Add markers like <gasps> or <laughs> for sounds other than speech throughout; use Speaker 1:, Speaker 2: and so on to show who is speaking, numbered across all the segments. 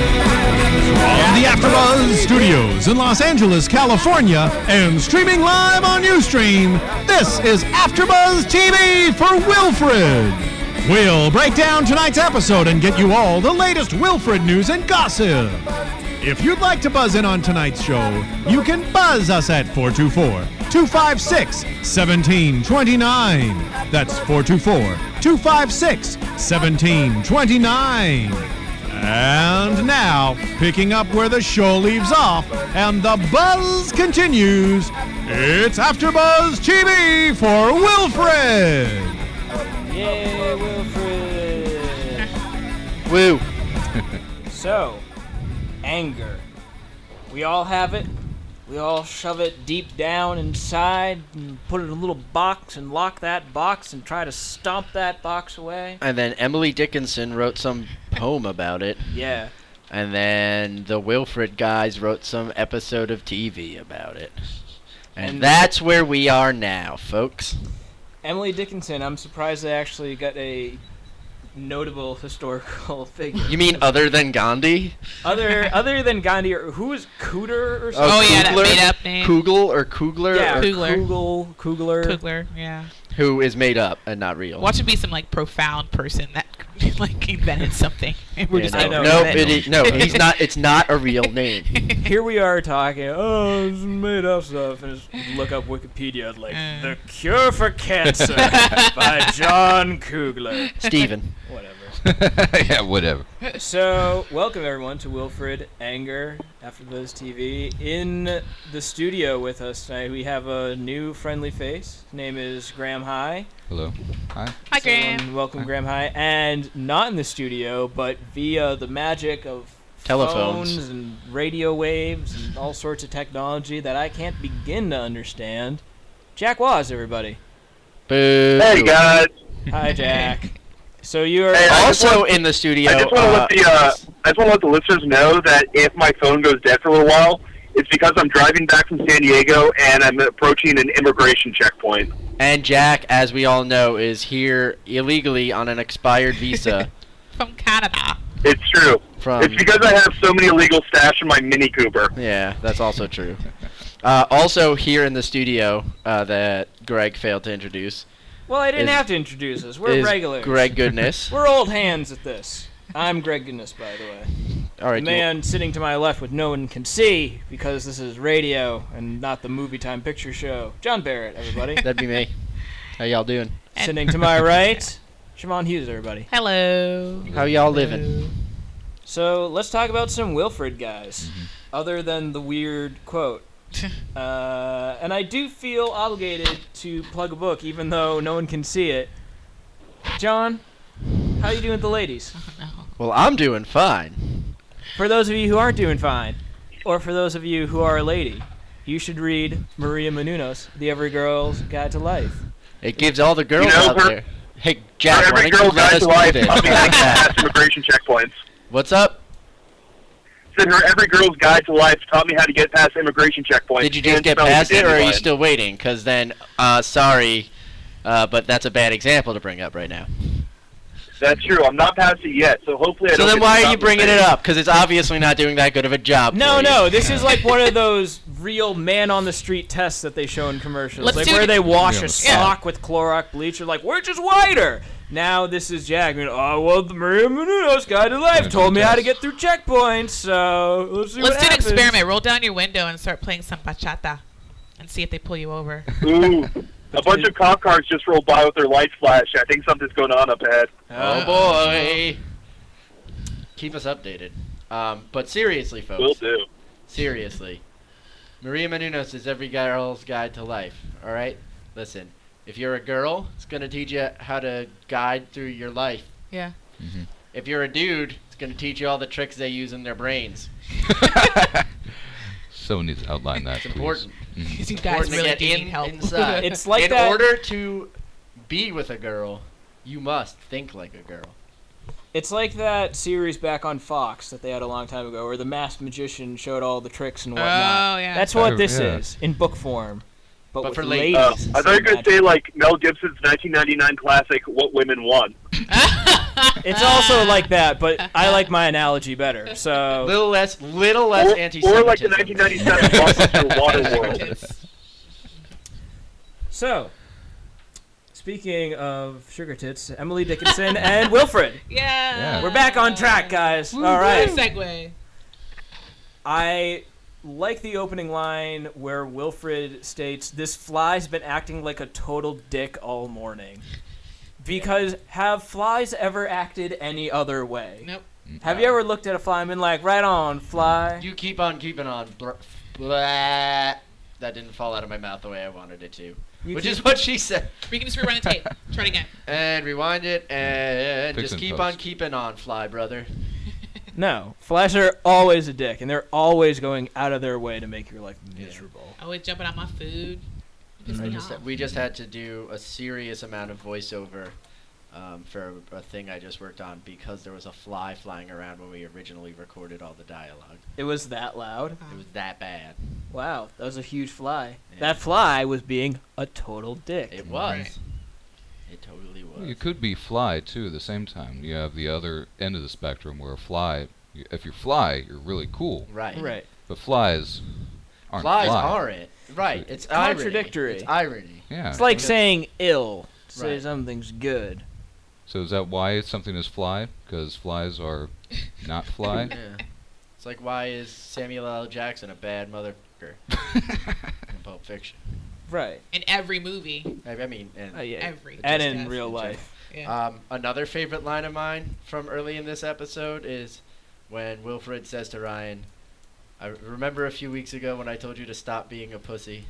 Speaker 1: From the AfterBuzz Studios in Los Angeles, California, and streaming live on UStream, this is AfterBuzz TV for Wilfred. We'll break down tonight's episode and get you all the latest Wilfred news and gossip. If you'd like to buzz in on tonight's show, you can buzz us at 424-256-1729. That's 424-256-1729. And now, picking up where the show leaves off and the buzz continues, it's AfterBuzz TV for Wilfred.
Speaker 2: Yay, Wilfred.
Speaker 3: Woo.
Speaker 2: So, anger. We all have it. We all shove it deep down inside and put it in a little box and lock that box and try to stomp that box away.
Speaker 3: And then Emily Dickinson wrote some poem about it.
Speaker 2: Yeah.
Speaker 3: And then the Wilfred guys wrote some episode of TV about it. And,
Speaker 2: And-
Speaker 3: that's where we are now, folks.
Speaker 2: Emily Dickinson, I'm surprised they actually got a notable historical <laughs> figure.
Speaker 3: You mean other than Gandhi?
Speaker 2: other other than Gandhi, or who was Cooter or something?
Speaker 4: Oh, yeah, that
Speaker 3: Kugler?
Speaker 4: made-up name.
Speaker 3: Kugel or Kugler,
Speaker 2: yeah,
Speaker 3: or
Speaker 4: Kugler.
Speaker 2: Kugel, Kugler.
Speaker 4: Kugler, yeah.
Speaker 3: who is made up and not real.
Speaker 4: Watch it be some like profound person that <laughs> like invented something. And we're
Speaker 3: Yeah,
Speaker 4: just
Speaker 3: no,
Speaker 4: like,
Speaker 2: know.
Speaker 3: no,
Speaker 2: that-
Speaker 3: it is-
Speaker 4: <laughs>
Speaker 3: no, he's not. It's not a real name.
Speaker 2: Here we are talking. Oh, it's made up stuff, and just look up Wikipedia like
Speaker 4: Mm.
Speaker 2: "The Cure for Cancer" by John Kugler.
Speaker 3: Steven.
Speaker 2: Whatever.
Speaker 5: <laughs> yeah, whatever.
Speaker 2: So, welcome everyone to Wilfred Anger After Buzz TV. In the studio with us tonight, we have a new friendly face. His name is Graham High.
Speaker 5: Hello. Hi.
Speaker 4: <laughs> Hi,
Speaker 2: So,
Speaker 4: Graham.
Speaker 2: um, welcome, Graham High. And not in the studio, but via the magic of
Speaker 3: Telephones.
Speaker 2: phones and radio waves and all sorts of technology that I can't begin to understand. Jack Waz, everybody.
Speaker 3: Boo.
Speaker 6: Hey guys,
Speaker 2: Hi,
Speaker 3: <laughs>
Speaker 2: Jack. so you're.
Speaker 6: Hey, I just
Speaker 3: Also
Speaker 6: want-
Speaker 3: in the studio.
Speaker 6: I just want to let the uh, I just want to let the listeners know that if my phone goes dead for a little while, it's because I'm driving back from San Diego and I'm approaching an immigration checkpoint.
Speaker 3: And Jack, as we all know, is here illegally on an expired
Speaker 6: <laughs>
Speaker 3: visa
Speaker 4: From Canada.
Speaker 6: It's true.
Speaker 1: Um,
Speaker 3: from.
Speaker 6: It's because I have so many illegal stash in my Mini Cooper.
Speaker 3: Yeah, that's also true. Uh, also here in the studio uh, that Greg failed to introduce
Speaker 2: well, I didn't
Speaker 3: is-
Speaker 2: have to introduce us. We're
Speaker 3: is
Speaker 2: regulars.
Speaker 3: Greg Goodness.
Speaker 2: <laughs> We're old hands at this. I'm Greg Goodness, by the way. The
Speaker 3: all right, do you-
Speaker 2: man sitting to my left, with no one can see because this is radio and not the movie time picture show. John Barrett, everybody.
Speaker 3: that'd be me. How y'all doing?
Speaker 2: Sitting to my right, Shimon Hughes, everybody.
Speaker 4: Hello.
Speaker 3: How y'all living?
Speaker 2: So let's talk about some Wilfred guys, other than the weird quote. uh, and I do feel obligated to plug a book, even though no one can see it. John, how you doing with the ladies?
Speaker 3: Well, I'm doing fine.
Speaker 2: For those of you who aren't doing fine, or for those of you who are a lady, you should read Maria Menounos, The Every Girl's Guide to Life.
Speaker 3: It gives all the girls
Speaker 6: know,
Speaker 3: out
Speaker 6: her-
Speaker 3: there. Hey,
Speaker 6: For
Speaker 3: Jack, why
Speaker 6: every
Speaker 3: don't you
Speaker 6: girl
Speaker 3: let
Speaker 6: guys
Speaker 3: us
Speaker 6: life
Speaker 3: do
Speaker 1: <laughs>
Speaker 3: this?
Speaker 6: coming
Speaker 3: Like that.
Speaker 6: past immigration checkpoints.
Speaker 3: What's up?
Speaker 6: Said her every girl's guide to life taught me how to get past immigration checkpoints.
Speaker 3: Did you just
Speaker 6: and
Speaker 3: get
Speaker 6: smell the
Speaker 3: past it, or are you
Speaker 6: dandelion.
Speaker 3: still waiting? Because then, uh, sorry, uh, but that's a bad example to bring up right now.
Speaker 6: That's true. I'm not past it yet, so hopefully I
Speaker 3: So
Speaker 6: don't.
Speaker 3: then,
Speaker 6: get
Speaker 3: why
Speaker 6: stopped
Speaker 3: are you
Speaker 6: with
Speaker 3: bringing
Speaker 6: that.
Speaker 3: it up? Because it's obviously not doing that good of a job. for
Speaker 2: No,
Speaker 3: you.
Speaker 2: no, this is like one of those real man on the street tests that they show in commercials,
Speaker 4: Let's
Speaker 2: like
Speaker 4: do
Speaker 2: where
Speaker 4: it.
Speaker 2: they wash a
Speaker 5: Yeah.
Speaker 2: sock with Clorox bleach. Or like, which is whiter? Now this is Jack. going, oh well, the Maria Menounos guy to life told me how to get through checkpoints. So let's do,
Speaker 4: Let's
Speaker 2: what
Speaker 4: do an
Speaker 2: happens."
Speaker 4: experiment. Roll down your window and start playing some bachata and see if they pull you over.
Speaker 6: Ooh. A bunch of cop cars just rolled by with their lights flashing. I think something's going on up ahead.
Speaker 3: Oh
Speaker 2: Uh,
Speaker 3: boy. Keep us updated. Um, but seriously, folks.
Speaker 6: Will do.
Speaker 3: Seriously. Maria Menounos is every girl's guide to life. All right? Listen, if you're a girl, it's going to teach you how to guide through your life.
Speaker 4: Yeah.
Speaker 5: Mhm.
Speaker 3: If you're a dude, it's going to teach you all the tricks they use in their brains.
Speaker 5: <laughs> Someone needs to outline that,
Speaker 3: It's
Speaker 5: please.
Speaker 3: important.
Speaker 4: Because you guys
Speaker 3: important to
Speaker 4: really
Speaker 3: get
Speaker 4: do
Speaker 3: in-
Speaker 4: need help.
Speaker 3: inside.
Speaker 2: it's like
Speaker 3: in
Speaker 2: that.
Speaker 3: order to be with a girl, You must think like a girl.
Speaker 2: It's like that series back on Fox that they had a long time ago, where the masked magician showed all the tricks and whatnot.
Speaker 4: <laughs> Oh, yeah.
Speaker 2: That's what
Speaker 5: Oh,
Speaker 2: this
Speaker 5: yeah.
Speaker 2: is in book form, but,
Speaker 3: But
Speaker 2: with
Speaker 3: for
Speaker 2: ladies.
Speaker 6: Uh,
Speaker 3: ladies.
Speaker 6: I
Speaker 2: instead
Speaker 6: thought you
Speaker 2: of
Speaker 6: were going to
Speaker 2: magic.
Speaker 6: say, like, Mel Gibson's 1999 classic, What Women Want.
Speaker 2: It's also like that, but I like my analogy better.
Speaker 3: A
Speaker 2: So
Speaker 3: little less, little
Speaker 6: Or,
Speaker 3: less anti.
Speaker 6: or like the
Speaker 3: <laughs>
Speaker 6: 1997 blockbuster Waterworld.
Speaker 4: It's-
Speaker 2: so. Speaking of sugar tits, Emily Dickinson and Wilfred,
Speaker 4: <laughs> yeah.
Speaker 2: we're back on track, guys. All
Speaker 4: Right.
Speaker 2: right.
Speaker 4: Segue.
Speaker 2: I like the opening line where Wilfred states, "This fly's been acting like a total dick all morning." Because have flies ever acted any other way?
Speaker 4: Nope.
Speaker 2: Have you ever looked at a fly and been like, "Right on, fly"?
Speaker 3: You keep on keeping on. Blah, blah. That didn't fall out of my mouth the way I wanted it to,
Speaker 2: You
Speaker 3: which
Speaker 2: keep-
Speaker 3: is what she said.
Speaker 4: We can just rerun the tape. Try it again.
Speaker 3: And rewind it, and
Speaker 5: Fix
Speaker 3: just
Speaker 5: and
Speaker 3: keep
Speaker 5: post.
Speaker 3: on keeping on, fly brother.
Speaker 2: no. Flies are always a dick, and they're always going out of their way to make your life miserable.
Speaker 4: Always Oh, jumping on my food. It pisses
Speaker 3: I
Speaker 4: me
Speaker 3: just,
Speaker 4: off.
Speaker 3: we just had to do a serious amount of voiceover um, for a, a thing I just worked on because there was a fly flying around when we originally recorded all the dialogue.
Speaker 2: It was that loud.
Speaker 3: It was that bad.
Speaker 2: Wow, that was a huge fly.
Speaker 3: Yeah.
Speaker 2: That fly was being a total dick.
Speaker 3: It was.
Speaker 4: Right.
Speaker 3: It totally was.
Speaker 5: You could be fly too at the same time. You have the other end of the spectrum where fly, you- if you're fly, you're really cool.
Speaker 3: right.
Speaker 2: right.
Speaker 5: But flies aren't
Speaker 3: Flies
Speaker 5: fly.
Speaker 3: aren't. Right. It's
Speaker 2: contradictory.
Speaker 3: Irony. It's irony.
Speaker 5: Yeah.
Speaker 2: It's like saying ill. Say
Speaker 3: Right.
Speaker 2: something's good.
Speaker 5: so is that why something is fly? Because flies are
Speaker 4: <laughs>
Speaker 5: not fly.
Speaker 3: Yeah. <laughs> It's like why is Samuel L. Jackson a bad
Speaker 4: <laughs>
Speaker 3: motherfucker in Pulp Fiction?
Speaker 2: Right.
Speaker 4: In every movie.
Speaker 3: I, I mean, and,
Speaker 2: Oh, yeah.
Speaker 4: Every.
Speaker 2: And in
Speaker 4: Yes.
Speaker 2: real life.
Speaker 3: <laughs>
Speaker 4: Yeah.
Speaker 3: um, another favorite line of mine from early in this episode is when Wilfred says to Ryan, "I remember a few weeks ago when I told you to stop being
Speaker 2: <laughs>
Speaker 3: a pussy."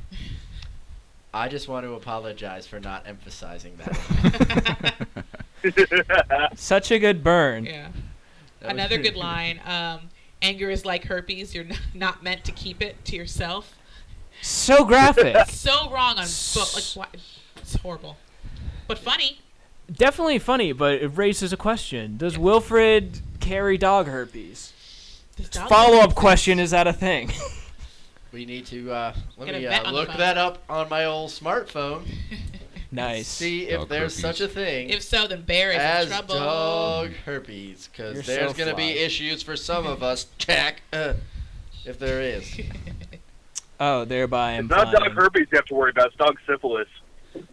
Speaker 3: I just want to apologize for not emphasizing
Speaker 4: <laughs>
Speaker 3: that. <laughs>
Speaker 6: <laughs>
Speaker 2: Such a good burn.
Speaker 4: <laughs> yeah.
Speaker 3: That was-
Speaker 4: Another good line. Um, anger is like herpes. You're n- <laughs> not meant to keep it to yourself.
Speaker 2: So graphic. <laughs>
Speaker 4: So wrong on book. Like, why? It's horrible. But funny.
Speaker 2: Definitely funny, but it raises a question. Does Wilfred carry dog herpes?
Speaker 4: This dog-
Speaker 2: Follow up question is that a thing?
Speaker 3: <laughs>
Speaker 2: <laughs>
Speaker 3: We need to uh, let
Speaker 4: Get a
Speaker 3: me
Speaker 4: vet
Speaker 3: uh,
Speaker 4: on the
Speaker 3: look
Speaker 4: phone.
Speaker 3: that up on my old smartphone.
Speaker 2: nice.
Speaker 3: See if
Speaker 5: Dog
Speaker 3: there's
Speaker 5: herpes.
Speaker 3: such a thing
Speaker 4: If so, then Bear is
Speaker 3: as
Speaker 4: in trouble.
Speaker 3: dog herpes, because
Speaker 2: You're
Speaker 3: there's
Speaker 2: so
Speaker 3: gonna be
Speaker 2: fly.
Speaker 3: issues for some
Speaker 2: <laughs>
Speaker 3: of us, Jack. Uh, if there is,
Speaker 2: Oh, thereby
Speaker 6: It's not dog
Speaker 2: implying.
Speaker 6: herpes you have to worry about, it's dog syphilis.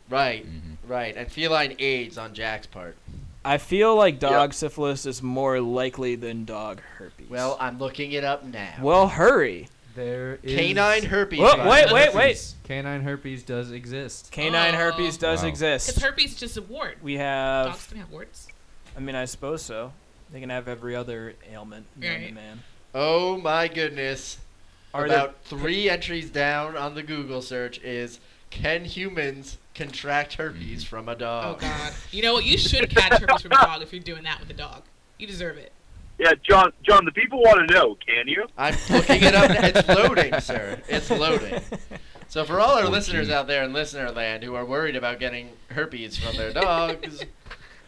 Speaker 3: right,
Speaker 5: Mhm.
Speaker 3: right, and feline AIDS on Jack's part.
Speaker 2: I feel like dog syphilis is more likely than dog herpes.
Speaker 3: Well, I'm looking it up now.
Speaker 2: well, hurry.
Speaker 7: There is
Speaker 3: Canine herpes.
Speaker 2: Whoa, wait,
Speaker 3: virus.
Speaker 2: wait, wait.
Speaker 7: Canine herpes does exist.
Speaker 2: Canine
Speaker 4: Oh.
Speaker 2: herpes does
Speaker 5: Wow.
Speaker 4: Because
Speaker 2: exist.
Speaker 4: herpes is just a wart.
Speaker 2: We
Speaker 4: Dogs
Speaker 2: have.
Speaker 4: can have warts.
Speaker 2: I mean, I suppose so. They can have every other ailment known to
Speaker 4: Right.
Speaker 2: man.
Speaker 3: Oh my goodness!
Speaker 2: Are there-
Speaker 3: About three entries down on the Google search is: Can humans contract herpes
Speaker 5: Mm-hmm.
Speaker 3: from a
Speaker 4: Oh,
Speaker 3: dog?
Speaker 4: God. You know what? You should catch herpes from a dog if you're doing that with a dog. You deserve it.
Speaker 6: Yeah, John, John, the people want to know, can you?
Speaker 3: <laughs> I'm looking
Speaker 2: <laughs>
Speaker 3: it up. It's loading, sir. It's loading. So for all our listeners out there in listener land who are worried about getting herpes from
Speaker 2: <laughs>
Speaker 3: their dogs,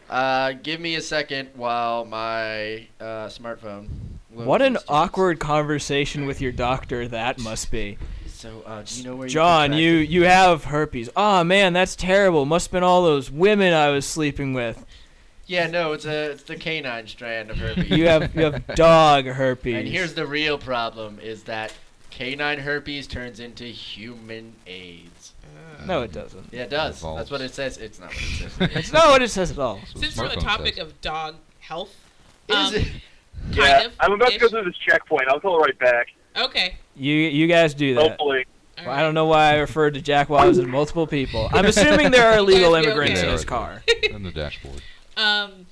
Speaker 3: uh, give me a second while my uh, smartphone. loads
Speaker 2: What an
Speaker 3: these two.
Speaker 2: awkward conversation with your doctor that must be.
Speaker 3: So uh, do you know where
Speaker 2: John, you,
Speaker 3: contracted-
Speaker 2: you have herpes. Oh man, that's terrible. Must have been all those women I was sleeping with.
Speaker 3: Yeah, no, it's a it's the canine strand of herpes.
Speaker 2: You have you have dog herpes.
Speaker 3: <laughs> And here's the real problem: is that canine herpes turns into human AIDS.
Speaker 2: No
Speaker 5: <laughs>
Speaker 2: it doesn't.
Speaker 3: Yeah, it does. That's
Speaker 5: Evolves.
Speaker 3: what it says. It's not what it says.
Speaker 2: It's not what it says at all.
Speaker 5: That's what
Speaker 4: Since we're on the
Speaker 5: smartphone
Speaker 4: topic
Speaker 5: says.
Speaker 4: of dog health,
Speaker 3: Is
Speaker 4: <laughs> um,
Speaker 3: it?
Speaker 4: kind
Speaker 6: yeah,
Speaker 4: of.
Speaker 6: I'm about to go
Speaker 4: ish.
Speaker 6: through this checkpoint. I'll call right back.
Speaker 4: Okay.
Speaker 2: You you guys do that.
Speaker 6: Hopefully.
Speaker 4: All
Speaker 2: Well, I don't know why I referred to Jack Wives and multiple people. <laughs> I'm assuming there are illegal
Speaker 4: Yes, you
Speaker 2: immigrants
Speaker 4: okay.
Speaker 2: in his car.
Speaker 5: And the dashboard.
Speaker 4: Um,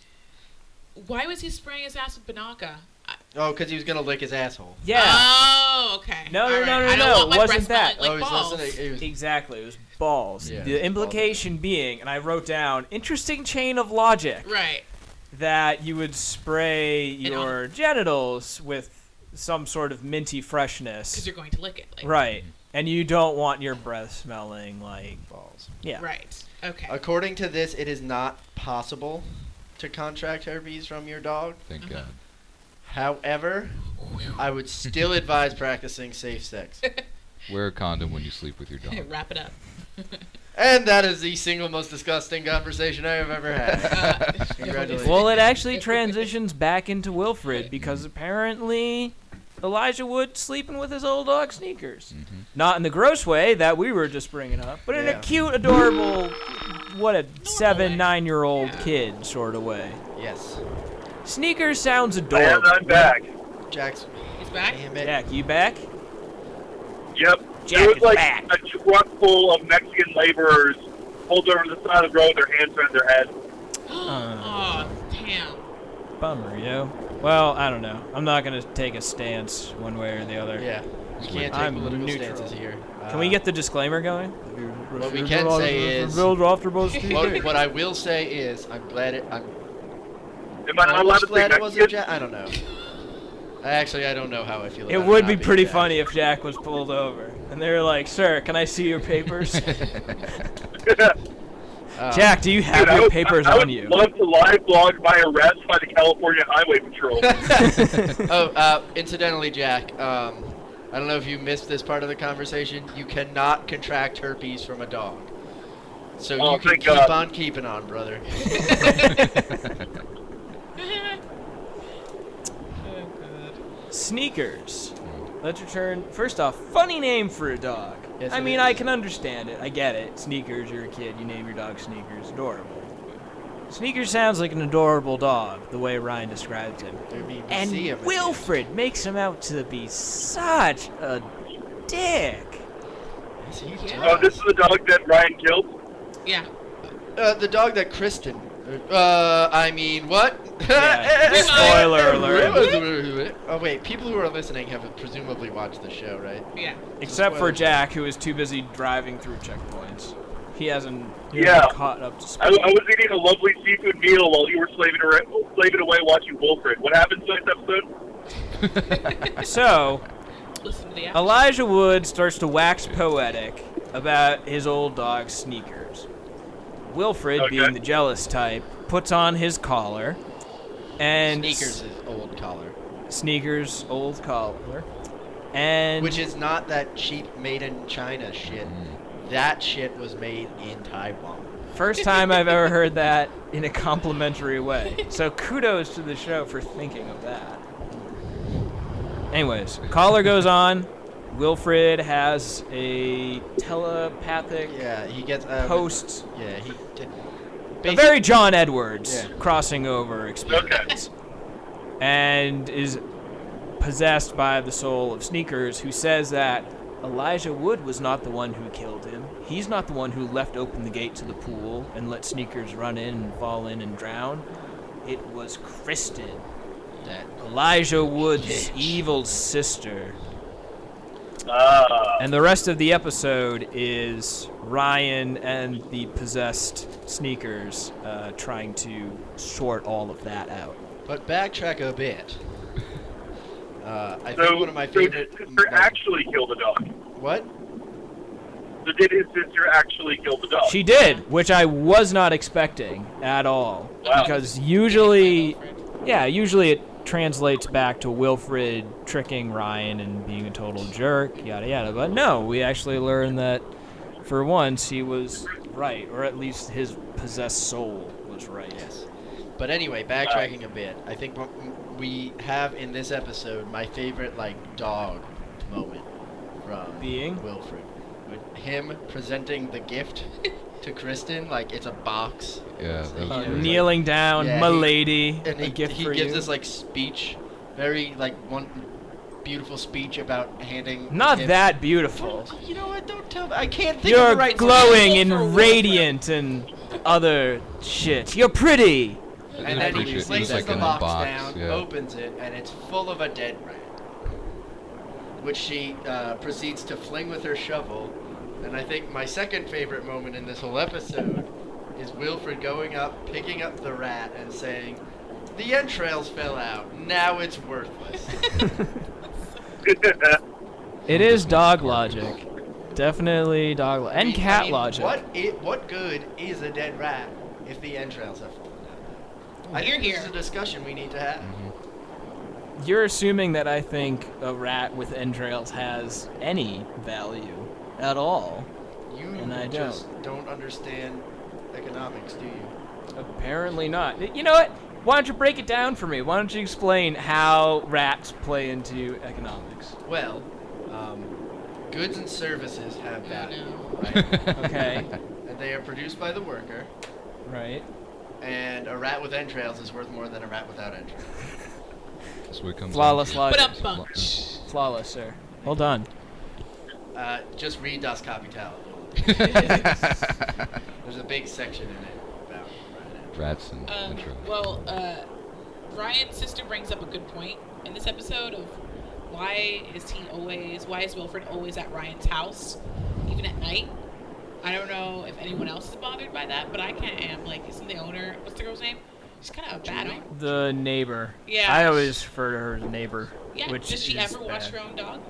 Speaker 4: why was he spraying his ass with Banaka? I-
Speaker 3: Oh, because he was gonna lick his asshole.
Speaker 2: Yeah.
Speaker 4: Oh, okay.
Speaker 2: No, no, no,
Speaker 4: All
Speaker 2: no,
Speaker 4: I don't
Speaker 2: no,
Speaker 4: want my
Speaker 2: it wasn't
Speaker 4: breasts
Speaker 2: that.
Speaker 4: smelling
Speaker 3: oh,
Speaker 4: Like
Speaker 3: he's
Speaker 4: balls.
Speaker 3: listening. He was,
Speaker 2: Exactly. It was balls.
Speaker 3: Yeah,
Speaker 2: the implication being, and I wrote down interesting chain of logic.
Speaker 4: Right.
Speaker 2: that you would spray
Speaker 4: And on-
Speaker 2: your genitals with some sort of minty
Speaker 4: Because
Speaker 2: freshness.
Speaker 4: you're going to lick it. Like,
Speaker 2: Right. and you don't want your breath smelling like
Speaker 3: Balls.
Speaker 2: yeah.
Speaker 4: Right. Okay.
Speaker 3: According to this, it is not possible to contract herpes from your dog.
Speaker 5: Thank
Speaker 4: Uh-huh.
Speaker 5: God.
Speaker 3: However, I would still advise practicing safe sex.
Speaker 5: Wear a condom when you sleep with your dog.
Speaker 4: <laughs> Wrap
Speaker 3: <laughs>
Speaker 4: it up.
Speaker 3: And that is the single most disgusting conversation I have ever
Speaker 4: <laughs>
Speaker 3: had.
Speaker 4: Uh,
Speaker 3: Congratulations.
Speaker 2: Well, it actually transitions back into Wilfred because apparently Elijah Wood's sleeping with his old dog Sneakers.
Speaker 6: Mm-hmm.
Speaker 2: Not in the gross way that we were just bringing up, but in
Speaker 3: Yeah.
Speaker 2: a cute, adorable, what a seven,
Speaker 4: way.
Speaker 2: nine year old
Speaker 4: Yeah.
Speaker 2: kid sort of way.
Speaker 3: yes.
Speaker 2: Sneakers sounds
Speaker 6: And
Speaker 2: adorable.
Speaker 6: I'm back.
Speaker 3: Jack's.
Speaker 4: <laughs> He's back. <gasps>
Speaker 3: Damn it.
Speaker 2: Jack, you back?
Speaker 6: Yep.
Speaker 2: Jack
Speaker 6: it was
Speaker 2: is
Speaker 6: like
Speaker 2: back.
Speaker 6: a truck full of Mexican laborers pulled over to the side of the road, their hands around their head.
Speaker 4: oh, damn. <laughs>
Speaker 2: Bummer, yo. Well, I don't know. I'm not gonna take a stance one way or the other.
Speaker 3: Yeah. We can't take
Speaker 2: I'm
Speaker 3: political
Speaker 2: neutral.
Speaker 3: stances here. Uh,
Speaker 2: Can we get the disclaimer going?
Speaker 3: What we can say is-
Speaker 2: Build after <laughs> both
Speaker 3: What, what I will say is, I'm glad it. I'm
Speaker 6: Am I not allowed
Speaker 3: almost
Speaker 6: to say
Speaker 3: glad it wasn't
Speaker 6: Mexican?
Speaker 3: Jack. I don't know. I actually, I don't know how I feel.
Speaker 2: It
Speaker 3: about
Speaker 2: would
Speaker 3: not
Speaker 2: be
Speaker 3: being
Speaker 2: pretty
Speaker 3: Jack.
Speaker 2: funny if Jack was pulled over and they were like, "Sir, can I see
Speaker 6: <laughs>
Speaker 2: your papers?"
Speaker 3: Um,
Speaker 2: Jack, do you have
Speaker 6: Dude, I
Speaker 2: your
Speaker 6: would,
Speaker 2: papers
Speaker 6: I would
Speaker 2: on you?
Speaker 6: love to live blog my arrest by the California Highway
Speaker 3: <laughs>
Speaker 6: Patrol.
Speaker 3: Oh, uh, incidentally, Jack. Um, I don't know if you missed this part of the conversation. You cannot contract herpes from a dog. So
Speaker 6: Oh,
Speaker 3: you can
Speaker 6: thank
Speaker 3: keep
Speaker 6: God.
Speaker 3: on keeping on, brother.
Speaker 2: Sneakers. Let's return. First off, funny name for a dog.
Speaker 3: Yes,
Speaker 2: I
Speaker 3: it
Speaker 2: mean,
Speaker 3: is.
Speaker 2: I can understand it. I get it. Sneakers. You're a kid. You name your dog Sneakers. Adorable. Sneakers sounds like an adorable dog, the way Ryan described him.
Speaker 3: I mean, we
Speaker 2: And
Speaker 3: see him at the
Speaker 2: Wilfred makes him out to be such a dick.
Speaker 3: <laughs> end. Yes, he does.
Speaker 6: oh, this is the dog that Ryan killed.
Speaker 4: Yeah.
Speaker 3: Uh, the dog that Kristen. Uh, I mean, what? <laughs>
Speaker 2: Yeah.
Speaker 6: <laughs>
Speaker 2: Spoiler alert.
Speaker 3: Oh wait, people who are listening have presumably watched the show, right?
Speaker 4: Yeah.
Speaker 2: Except for
Speaker 3: Spoiler.
Speaker 2: Jack, who is too busy driving through checkpoints. He hasn't he
Speaker 6: Yeah.
Speaker 2: hasn't caught up to
Speaker 6: I,
Speaker 2: speed.
Speaker 6: I was eating a lovely seafood meal while you were slaving, ar- slaving away watching Wilfred. What happens next episode?
Speaker 2: So,
Speaker 4: Listen to the app.
Speaker 2: Elijah Wood starts to wax poetic about his old dog Sneakers. Wilfred,
Speaker 6: Okay.
Speaker 2: being the jealous type, puts on his collar and
Speaker 3: Sneakers is old collar,
Speaker 2: Sneakers old collar. And
Speaker 3: which is not that cheap made in China shit.
Speaker 6: Mm.
Speaker 3: That shit was made in Taiwan.
Speaker 2: First time I've ever heard that in a complimentary way. So kudos to the show for thinking of that. Anyways, collar goes on. Wilfred has a telepathic
Speaker 3: Yeah, he gets uh,
Speaker 2: post,
Speaker 3: Yeah, he. d-
Speaker 2: a
Speaker 3: basi-
Speaker 2: very John Edwards
Speaker 3: Yeah.
Speaker 2: crossing over experience, and is possessed by the soul of Sneakers, who says that Elijah Wood was not the one who killed him. He's not the one who left open the gate to the pool and let Sneakers run in and fall in and drown. It was Kristen,
Speaker 3: that-
Speaker 2: Elijah Wood's evil sister.
Speaker 6: Ah,
Speaker 2: And the rest of the episode is Ryan and the possessed sneakers uh, trying to sort all of that out.
Speaker 3: But backtrack a bit. Uh, I
Speaker 6: so,
Speaker 3: think one of my
Speaker 6: so
Speaker 3: favorite.
Speaker 6: his sister actually killed the dog.
Speaker 3: what?
Speaker 6: So did his sister actually kill the dog?
Speaker 2: She did, which I was not expecting at all.
Speaker 6: Wow.
Speaker 2: Because usually, yeah, usually it translates back to Wilfred tricking Ryan and being a total jerk, yada yada. But no, we actually learned that for once he was right, or at least his possessed soul was right.
Speaker 3: Yes. But anyway,
Speaker 6: Uh,
Speaker 3: backtracking a bit, I think what m- we have in this episode my favorite like dog moment from
Speaker 2: Being?
Speaker 3: Wilfred, with him presenting the gift <laughs> to Kristen, like it's a box,
Speaker 5: Yeah, that was
Speaker 3: Uh,
Speaker 5: great.
Speaker 2: Kneeling down,
Speaker 3: Yeah,
Speaker 2: my
Speaker 3: he-
Speaker 2: lady,
Speaker 3: and
Speaker 2: a
Speaker 3: he,
Speaker 2: gift
Speaker 3: he
Speaker 2: for
Speaker 3: gives
Speaker 2: you.
Speaker 3: this like speech, very like one beautiful speech about handing.
Speaker 2: Not
Speaker 3: him-
Speaker 2: that beautiful.
Speaker 3: You know what? Don't tell me. I can't think of
Speaker 2: You're
Speaker 3: the right.
Speaker 2: glowing
Speaker 4: for a
Speaker 2: and
Speaker 4: word.
Speaker 2: radiant and other shit. You're pretty.
Speaker 5: I
Speaker 3: And
Speaker 5: didn't
Speaker 3: then
Speaker 5: appreciate-
Speaker 3: he
Speaker 5: it was
Speaker 3: places
Speaker 5: like
Speaker 3: the
Speaker 5: in a
Speaker 3: box,
Speaker 5: box,
Speaker 3: down,
Speaker 5: yeah.
Speaker 3: opens it, and it's full of a dead rat, which she uh, proceeds to fling with her shovel. And I think my second favorite moment in this whole episode is Wilfred going up, picking up the rat, and saying, "The entrails fell out. Now <laughs> it's worthless."
Speaker 2: It is dog logic. Definitely dog lo- and
Speaker 3: I mean- I
Speaker 2: cat
Speaker 3: mean,
Speaker 2: lodger.
Speaker 3: What, i what good is a dead rat if the entrails have fallen out? I think this is a discussion we need to have.
Speaker 2: You're assuming that I think a rat with entrails has any value at all.
Speaker 3: You
Speaker 2: And I
Speaker 3: just don't. understand economics, do you?
Speaker 2: Apparently not. You know what? Why don't you break it down for me? Why don't you explain how rats play into economics?
Speaker 3: Well, um, goods and services have value,
Speaker 2: <laughs>
Speaker 3: Oh.
Speaker 2: Okay.
Speaker 3: and <laughs> they are produced by the worker.
Speaker 2: right.
Speaker 3: And a rat with entrails is worth more than a rat without entrails.
Speaker 5: <laughs> That's what it comes
Speaker 2: Flawless
Speaker 5: down to.
Speaker 2: logic.
Speaker 4: Ba-dum-bum. um,
Speaker 2: Flawless, sir. Well done.
Speaker 3: Uh, just read
Speaker 2: <laughs>
Speaker 3: Das Kapital. There's a big section in it about
Speaker 5: <laughs>
Speaker 3: rat
Speaker 5: Rats and
Speaker 4: Um,
Speaker 5: intro.
Speaker 4: well, uh, Ryan's sister brings up a good point in this episode of why is he always, why is Wilfred always at Ryan's house, even at night? I don't know if anyone else is bothered by that, but I kind of am. Like, isn't the owner, what's the girl's name? She's kind of a bad owner.
Speaker 2: The neighbor.
Speaker 4: Yeah.
Speaker 2: I always refer to her as neighbor.
Speaker 4: Yeah,
Speaker 2: Which
Speaker 4: does she
Speaker 2: is
Speaker 4: ever wash
Speaker 2: bad.
Speaker 4: her own dog?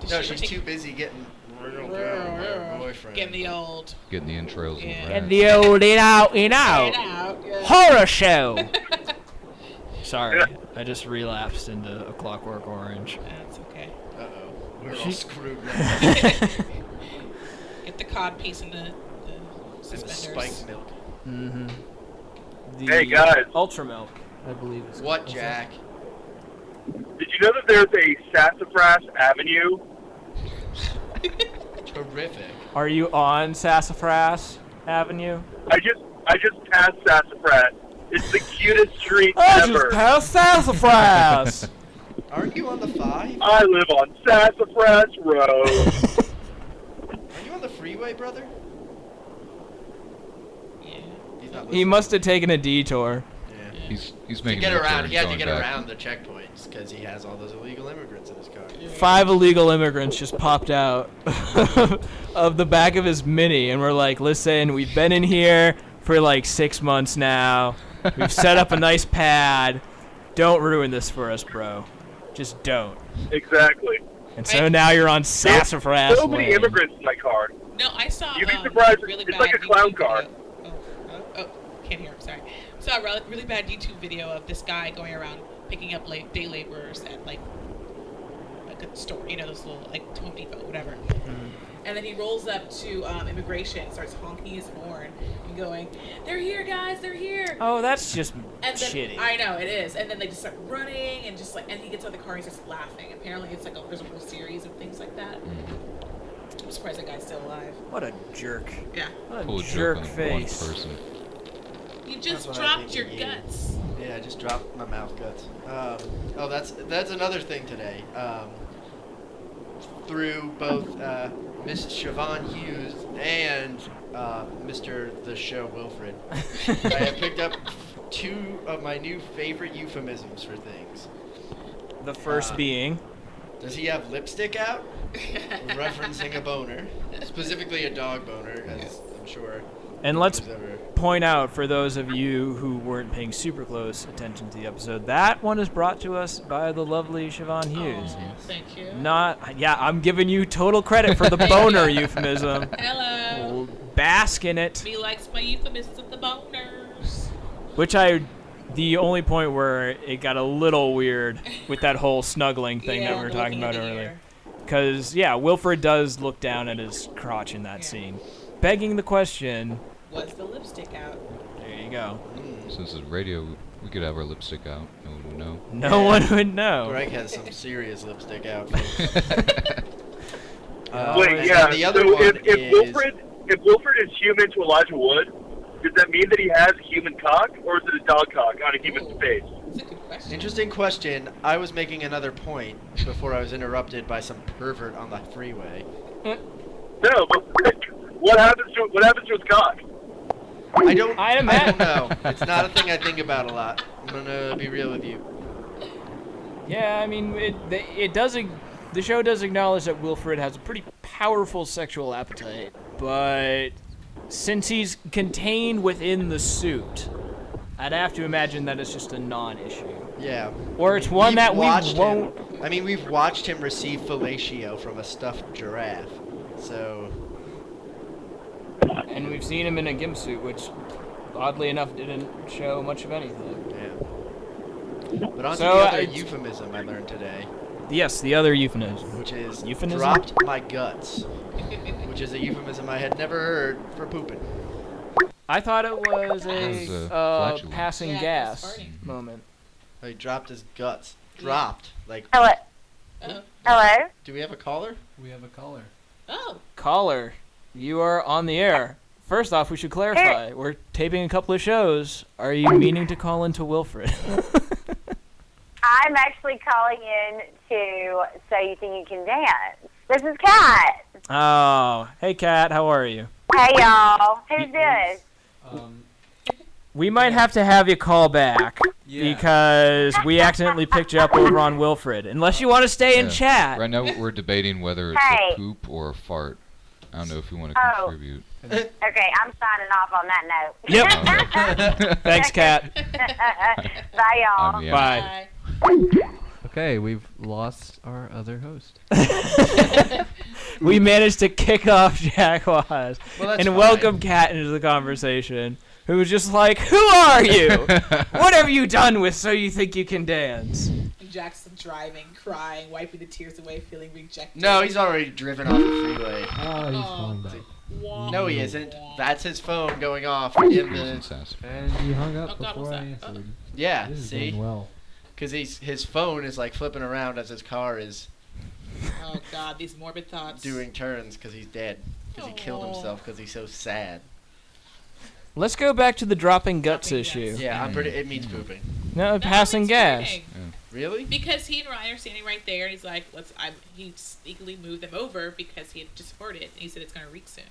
Speaker 4: Does
Speaker 3: No,
Speaker 4: she ever
Speaker 3: she's
Speaker 4: take-
Speaker 3: too busy getting real drunk with her boyfriend.
Speaker 4: Getting the old
Speaker 5: Getting the entrails
Speaker 4: Yeah.
Speaker 5: and
Speaker 2: And
Speaker 5: the rats.
Speaker 2: the old in out in
Speaker 4: get
Speaker 2: out
Speaker 4: out. yeah.
Speaker 2: horror show.
Speaker 6: <laughs>
Speaker 2: Sorry, I just relapsed into a
Speaker 6: <laughs>
Speaker 2: Clockwork Orange.
Speaker 4: That's okay.
Speaker 3: Uh-oh. We're all
Speaker 2: She-
Speaker 3: screwed now.
Speaker 4: Get the cod piece and the, the
Speaker 3: It's
Speaker 4: suspenders.
Speaker 3: spiked milk.
Speaker 2: The
Speaker 6: Hey, guys.
Speaker 2: Ultra Milk, I believe. Is
Speaker 3: What, Jack?
Speaker 6: Did you know that there's a Sassafras Avenue?
Speaker 3: Terrific.
Speaker 2: Are you on Sassafras Avenue?
Speaker 6: I just I just passed Sassafras. It's the cutest street ever.
Speaker 2: Oh, passed Sassafras.
Speaker 3: Aren't you on the five?
Speaker 6: I live on Sassafras Road.
Speaker 3: Are you on the freeway, brother?
Speaker 4: Yeah.
Speaker 3: He's not
Speaker 2: <laughs> he
Speaker 3: listening.
Speaker 2: must have taken a detour.
Speaker 3: Yeah.
Speaker 5: He's, he's
Speaker 3: To
Speaker 5: making
Speaker 3: get
Speaker 5: that
Speaker 3: around,
Speaker 5: turn,
Speaker 3: he had to
Speaker 5: going
Speaker 3: get
Speaker 5: back.
Speaker 3: around the checkpoints because he has all those illegal immigrants in his car.
Speaker 2: Five illegal immigrants just popped out <laughs> of the back of his mini and were like, listen, we've been in here for like six months now. We've set up a nice pad. Don't ruin this for us, bro. Just don't.
Speaker 6: exactly.
Speaker 2: And so now you're on Sassafras.
Speaker 6: so many
Speaker 2: Lane.
Speaker 6: immigrants in my car.
Speaker 4: No, I saw.
Speaker 6: You'd be
Speaker 4: um,
Speaker 6: surprised,
Speaker 4: Really
Speaker 6: it's
Speaker 4: bad
Speaker 6: like a
Speaker 4: YouTube
Speaker 6: clown
Speaker 4: video-
Speaker 6: car.
Speaker 4: Oh, oh, oh, can't hear. I'm sorry. I saw a rel- really bad YouTube video of this guy going around picking up late day laborers at like like a store, you know, those little like Home Depot, whatever.
Speaker 2: Mm-hmm.
Speaker 4: And then he rolls up to um, immigration, starts honking his horn, and going, "They're here, guys! They're here!"
Speaker 2: Oh, that's just
Speaker 4: And then,
Speaker 2: shitty.
Speaker 4: I know it is, and then they just start running and just like, and he gets out of the car and he starts laughing. Apparently, it's like a, there's a whole series of things like that.
Speaker 2: Mm-hmm.
Speaker 4: I'm surprised that guy's still alive.
Speaker 2: what a jerk.
Speaker 4: Yeah.
Speaker 2: What a
Speaker 5: Pull a
Speaker 2: jerk,
Speaker 5: joke on one
Speaker 2: face.
Speaker 5: person.
Speaker 4: You
Speaker 3: That's
Speaker 4: just
Speaker 3: what I
Speaker 4: dropped
Speaker 3: think
Speaker 4: your
Speaker 3: you need.
Speaker 4: guts.
Speaker 3: Yeah, I just dropped my mouth guts. Um, oh, that's that's another thing today. Um, through both uh, Miss Siobhan Hughes and uh, Mr. The Show <laughs> Wilfred, I have picked up two of my new favorite euphemisms for things.
Speaker 2: The first
Speaker 3: Uh,
Speaker 2: being.
Speaker 3: Does he have
Speaker 6: <laughs>
Speaker 3: lipstick out? Referencing a boner, specifically a dog boner, as I'm sure.
Speaker 2: And let's
Speaker 3: there's ever-
Speaker 2: point out for those of you who weren't paying super close attention to the episode, that one is brought to us by the lovely Siobhan Hughes.
Speaker 4: Aw, Oh, thank you.
Speaker 2: Not, yeah, I'm giving you total credit
Speaker 4: <laughs>
Speaker 2: for the boner euphemism.
Speaker 4: Hello.
Speaker 2: Bask in it.
Speaker 4: Me likes my euphemisms of the boners.
Speaker 2: Which I, the only point where it got a little weird with that whole snuggling thing
Speaker 4: Yeah,
Speaker 2: that we were
Speaker 4: the
Speaker 2: talking
Speaker 4: looking
Speaker 2: about
Speaker 4: in the
Speaker 2: earlier.
Speaker 4: ear.
Speaker 2: Because, yeah, Wilfred does look down at his crotch in that
Speaker 4: Yeah.
Speaker 2: scene. Begging the question,
Speaker 4: Was the lipstick out?
Speaker 2: there you go.
Speaker 5: Since it's radio, we could have our lipstick out. No one would know.
Speaker 2: No one would know.
Speaker 3: Greg has some serious lipstick out.
Speaker 4: <laughs>
Speaker 3: Uh,
Speaker 6: Wait, yeah.
Speaker 3: Oh, The other
Speaker 6: so
Speaker 3: one
Speaker 6: if, if
Speaker 3: is
Speaker 6: Wilfred if Wilfred is human to Elijah Wood, does that mean that he has a human cock or is it a dog cock on a human's
Speaker 4: Ooh.
Speaker 6: face?
Speaker 4: That's a good question.
Speaker 3: interesting question. I was making another point before I was interrupted by some pervert on the freeway.
Speaker 6: No, but <laughs> what happens to what happens to his cock?
Speaker 3: I don't.
Speaker 2: I
Speaker 3: I,
Speaker 2: am
Speaker 3: don't know. It's not a thing I think about a lot. I'm gonna be real with you.
Speaker 2: Yeah, I mean, it th- it does. ag- The show does acknowledge that Wilfred has a pretty powerful sexual appetite, but since he's contained within the suit, I'd have to imagine that it's just a non-issue,
Speaker 3: Yeah.
Speaker 2: or it's one
Speaker 3: We've
Speaker 2: that we
Speaker 3: watched him-
Speaker 2: won't.
Speaker 3: I mean, we've watched him receive fellatio from a stuffed giraffe. So
Speaker 2: And we've seen him in a gimsuit, which oddly enough didn't show much of anything.
Speaker 3: yeah. But on
Speaker 2: So,
Speaker 3: to the
Speaker 2: uh,
Speaker 3: other
Speaker 2: it's-
Speaker 3: euphemism I learned today,
Speaker 2: Yes, the other euphemism.
Speaker 3: which is
Speaker 2: Euphemism?
Speaker 3: dropped my guts, which is a euphemism I had never heard for pooping.
Speaker 2: I thought it was
Speaker 5: It was,
Speaker 2: a
Speaker 5: uh,
Speaker 2: uh,
Speaker 5: flatulence.
Speaker 2: passing
Speaker 4: Yeah, it's
Speaker 2: gas
Speaker 4: farting.
Speaker 2: moment.
Speaker 3: He dropped his guts.
Speaker 4: Yeah.
Speaker 3: Dropped. Like,
Speaker 8: Hello.
Speaker 4: Uh-oh.
Speaker 8: Hello.
Speaker 3: do we have a caller?
Speaker 7: We have a caller.
Speaker 4: Oh,
Speaker 2: Caller, you are on the air. First off, we should clarify. We're taping a couple of shows. Are you meaning to call into Wilfred?
Speaker 8: I'm actually calling in to So You Think You Can Dance. This is Kat.
Speaker 2: <laughs> oh, hey, Kat, how are you?
Speaker 8: Hey, y'all. Who's this?
Speaker 7: Um,
Speaker 2: We might have to have you call back
Speaker 7: Yeah.
Speaker 2: because we accidentally picked you up over on Wilfred. Unless you want to stay in
Speaker 5: Yeah.
Speaker 2: chat.
Speaker 5: Right now we're debating whether it's
Speaker 8: Hey.
Speaker 5: a poop or a fart. I don't know if you want to
Speaker 8: Oh.
Speaker 5: contribute.
Speaker 8: Okay, I'm signing off on that note.
Speaker 2: Yep. Thanks, Kat.
Speaker 8: <laughs> Bye, y'all.
Speaker 5: I'm the
Speaker 2: Bye.
Speaker 4: hi.
Speaker 7: okay, we've lost our other host.
Speaker 2: <laughs> we managed to kick off Jack Wise
Speaker 3: Well, that's
Speaker 2: and
Speaker 3: fine.
Speaker 2: welcome Kat into the conversation, who was just like, "Who are you? <laughs> what have you done with so you think you can dance?"
Speaker 4: And Jack's driving, crying, wiping the tears away, feeling rejected.
Speaker 3: No, he's already driven off the freeway.
Speaker 7: Oh, he's
Speaker 4: calling
Speaker 7: back.
Speaker 4: Wah,
Speaker 3: No, he isn't.
Speaker 4: wah.
Speaker 3: That's his phone going off in
Speaker 5: Apples and
Speaker 3: the.
Speaker 4: <laughs>
Speaker 7: And
Speaker 5: sassafras.
Speaker 7: he hung
Speaker 4: Oh,
Speaker 7: up
Speaker 4: God,
Speaker 7: before I
Speaker 4: what's that? Oh.
Speaker 7: answered.
Speaker 3: Yeah,
Speaker 7: This is
Speaker 3: see?
Speaker 7: going well.
Speaker 3: Because his phone is like flipping around as his car is
Speaker 4: Oh God, these morbid thoughts.
Speaker 3: doing turns because he's dead. Because he killed
Speaker 4: Aw.
Speaker 3: himself because he's so sad.
Speaker 2: Let's go back to the dropping guts
Speaker 4: Dropping
Speaker 2: issue.
Speaker 4: guts.
Speaker 3: Yeah, I'm pretty. It means pooping.
Speaker 2: No,
Speaker 4: That
Speaker 2: passing
Speaker 4: makes
Speaker 2: gas.
Speaker 4: fitting.
Speaker 3: Really?
Speaker 4: Because he and Ryan are standing right there, and he's like, "Let's." I he sneakily moved them over because he had just heard it, and he said it's gonna reek soon.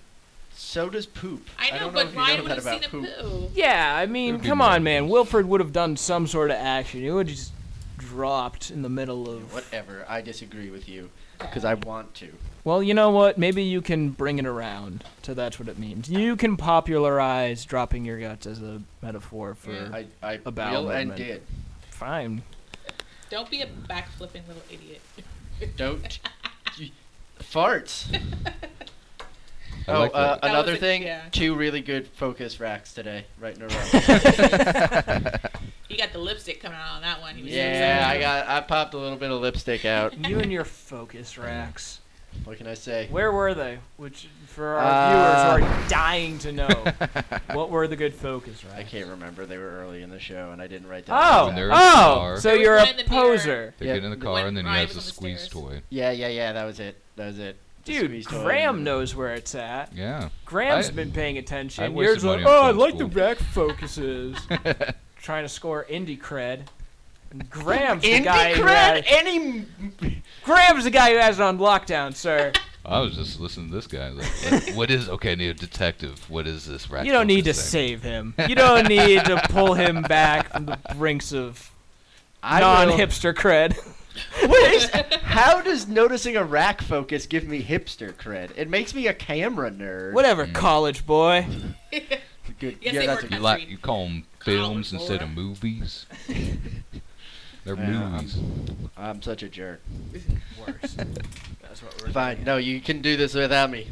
Speaker 3: So does poop.
Speaker 4: I know,
Speaker 3: don't know
Speaker 4: but
Speaker 3: if
Speaker 4: Ryan
Speaker 3: you know
Speaker 4: would
Speaker 3: that
Speaker 4: have seen
Speaker 3: about
Speaker 4: him
Speaker 3: poop.
Speaker 4: poo.
Speaker 2: Yeah, I
Speaker 5: There'd
Speaker 2: mean,
Speaker 5: be
Speaker 2: come
Speaker 5: more.
Speaker 2: on, man. Wilfred would have done some sort of action. He would have just dropped in the middle of.
Speaker 3: Whatever. I disagree with you because I want to.
Speaker 2: Well, you know what? Maybe you can bring it around. So that's what it means. You can popularize dropping your guts as a metaphor for.
Speaker 3: I I
Speaker 2: A bowel
Speaker 3: will and did.
Speaker 2: movement. Fine.
Speaker 4: Don't be a backflipping little idiot. <laughs>
Speaker 3: Don't. you- farts.
Speaker 4: <laughs>
Speaker 5: I
Speaker 3: oh,
Speaker 5: like
Speaker 3: uh,
Speaker 5: that.
Speaker 4: That
Speaker 3: another
Speaker 4: was a-
Speaker 3: thing.
Speaker 4: yeah.
Speaker 3: Two really good focus racks today, right in a row.
Speaker 4: He got the lipstick coming out on that one. He was
Speaker 3: <laughs>
Speaker 4: so
Speaker 3: yeah,
Speaker 4: excited.
Speaker 3: I got. I popped a little bit of lipstick out.
Speaker 2: You and your focus racks.
Speaker 3: What can I say?
Speaker 2: Where were they? Which for our
Speaker 3: Uh,
Speaker 2: viewers who are dying to know, what were the good focus
Speaker 3: I
Speaker 2: racks?
Speaker 3: can't remember. They were early in the show, and I didn't write down.
Speaker 2: Oh,
Speaker 5: When they're in the
Speaker 2: oh!
Speaker 5: car.
Speaker 2: So
Speaker 4: There was
Speaker 2: you're
Speaker 4: one
Speaker 2: a
Speaker 4: in the mirror.
Speaker 2: poser,
Speaker 5: They
Speaker 3: Yeah,
Speaker 5: get in the
Speaker 3: the
Speaker 5: car
Speaker 4: one
Speaker 5: and then he
Speaker 4: Ryan
Speaker 5: has
Speaker 4: was
Speaker 5: a
Speaker 4: on the
Speaker 5: squeeze
Speaker 4: stairs.
Speaker 5: toy.
Speaker 3: Yeah, yeah, yeah. That was it. That was it. The
Speaker 2: dude.
Speaker 3: squeeze toy.
Speaker 2: Graham
Speaker 3: <laughs>
Speaker 2: knows where it's at.
Speaker 5: Yeah. <laughs>
Speaker 2: Graham's
Speaker 5: I-
Speaker 2: been paying attention.
Speaker 5: I wasted
Speaker 2: Yours like,
Speaker 5: money on
Speaker 2: oh, I
Speaker 5: film
Speaker 2: like the
Speaker 5: school."
Speaker 2: rack <laughs> focuses. Trying to score indie cred. And Graham's the guy uh, who has-
Speaker 3: Indicred any.
Speaker 2: Graham's the guy who has it on lockdown, <laughs> sir.
Speaker 5: I was just listening to this guy. Like,
Speaker 8: <laughs>
Speaker 5: like, what is okay? I need a detective. What is this? Rat
Speaker 2: You don't need to
Speaker 5: focus thing?
Speaker 2: save <laughs> him. You don't need to pull him back from the brinks of
Speaker 3: I will-
Speaker 2: non-hipster <laughs> cred.
Speaker 3: What is? How does noticing a rack focus give me hipster cred? It makes me a camera nerd.
Speaker 2: Whatever, college boy.
Speaker 3: Good.
Speaker 4: Yes,
Speaker 3: yeah,
Speaker 4: they
Speaker 3: that's
Speaker 4: were
Speaker 3: a
Speaker 5: You
Speaker 3: good.
Speaker 5: like
Speaker 4: Country.
Speaker 5: you call them films
Speaker 4: College
Speaker 5: instead
Speaker 4: boy.
Speaker 5: of movies.
Speaker 4: <laughs>
Speaker 5: They're
Speaker 3: Yeah.
Speaker 5: movies.
Speaker 3: I'm such a jerk.
Speaker 2: Worse. That's what we're
Speaker 3: Fine. No, you can do this without me.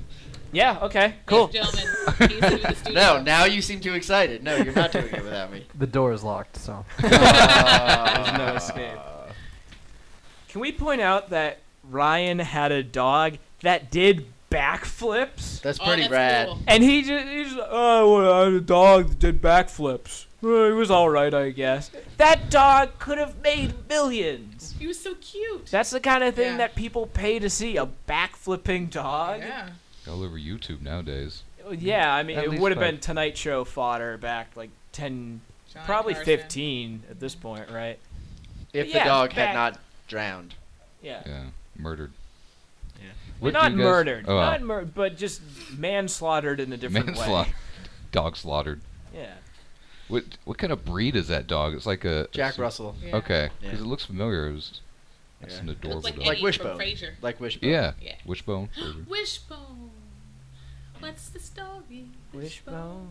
Speaker 2: Yeah. Okay. Cool.
Speaker 4: Ladies and Gentlemen, he's
Speaker 3: <laughs>
Speaker 4: in the studio.
Speaker 3: No, now you seem too excited. No, you're not doing it
Speaker 2: <laughs>
Speaker 3: without me.
Speaker 7: The door is locked, so.
Speaker 2: There's no escape. Can we point out that Ryan had a dog that did backflips?
Speaker 3: That's
Speaker 4: Oh,
Speaker 3: pretty
Speaker 4: that's
Speaker 3: rad.
Speaker 4: cool.
Speaker 2: And he just, he's like, oh, well, I had a dog that did backflips. Uh, It was all right, I guess. That dog could have made millions.
Speaker 4: He was so cute.
Speaker 2: That's the kind of thing
Speaker 4: Yeah.
Speaker 2: that people pay to see a backflipping dog.
Speaker 4: yeah.
Speaker 5: All over YouTube nowadays.
Speaker 2: Well, yeah, I mean,
Speaker 5: At
Speaker 2: it
Speaker 5: least
Speaker 2: would have
Speaker 5: by-
Speaker 2: been Tonight Show fodder back like 10,
Speaker 4: Johnny
Speaker 2: probably
Speaker 4: Carson.
Speaker 2: 15 at this point, right?
Speaker 3: If
Speaker 2: Yeah,
Speaker 3: the dog
Speaker 2: back-
Speaker 3: had not drowned.
Speaker 2: Yeah.
Speaker 5: Yeah, murdered.
Speaker 3: Yeah.
Speaker 2: Well,
Speaker 5: What do
Speaker 2: not
Speaker 5: you guys-
Speaker 2: murdered,
Speaker 5: Oh, wow.
Speaker 2: not mur- but just manslaughtered in a different
Speaker 5: manslaughter,
Speaker 2: way.
Speaker 5: dog slaughtered.
Speaker 2: Yeah.
Speaker 5: What what kind of breed is that dog? It's like a
Speaker 3: Jack
Speaker 5: it's a-
Speaker 3: Russell.
Speaker 4: Yeah.
Speaker 5: Okay, because
Speaker 3: Yeah.
Speaker 5: it looks familiar. It was, that's
Speaker 3: Yeah.
Speaker 5: an
Speaker 4: It
Speaker 5: adorable
Speaker 4: looks like
Speaker 5: dog.
Speaker 4: Eddie
Speaker 3: Like
Speaker 4: from
Speaker 3: Wishbone.
Speaker 4: Frasier.
Speaker 3: Like Wishbone.
Speaker 5: yeah.
Speaker 4: Yeah.
Speaker 5: wishbone. Whatever.
Speaker 4: <gasps> Wishbone. What's the story?
Speaker 2: Wishbone.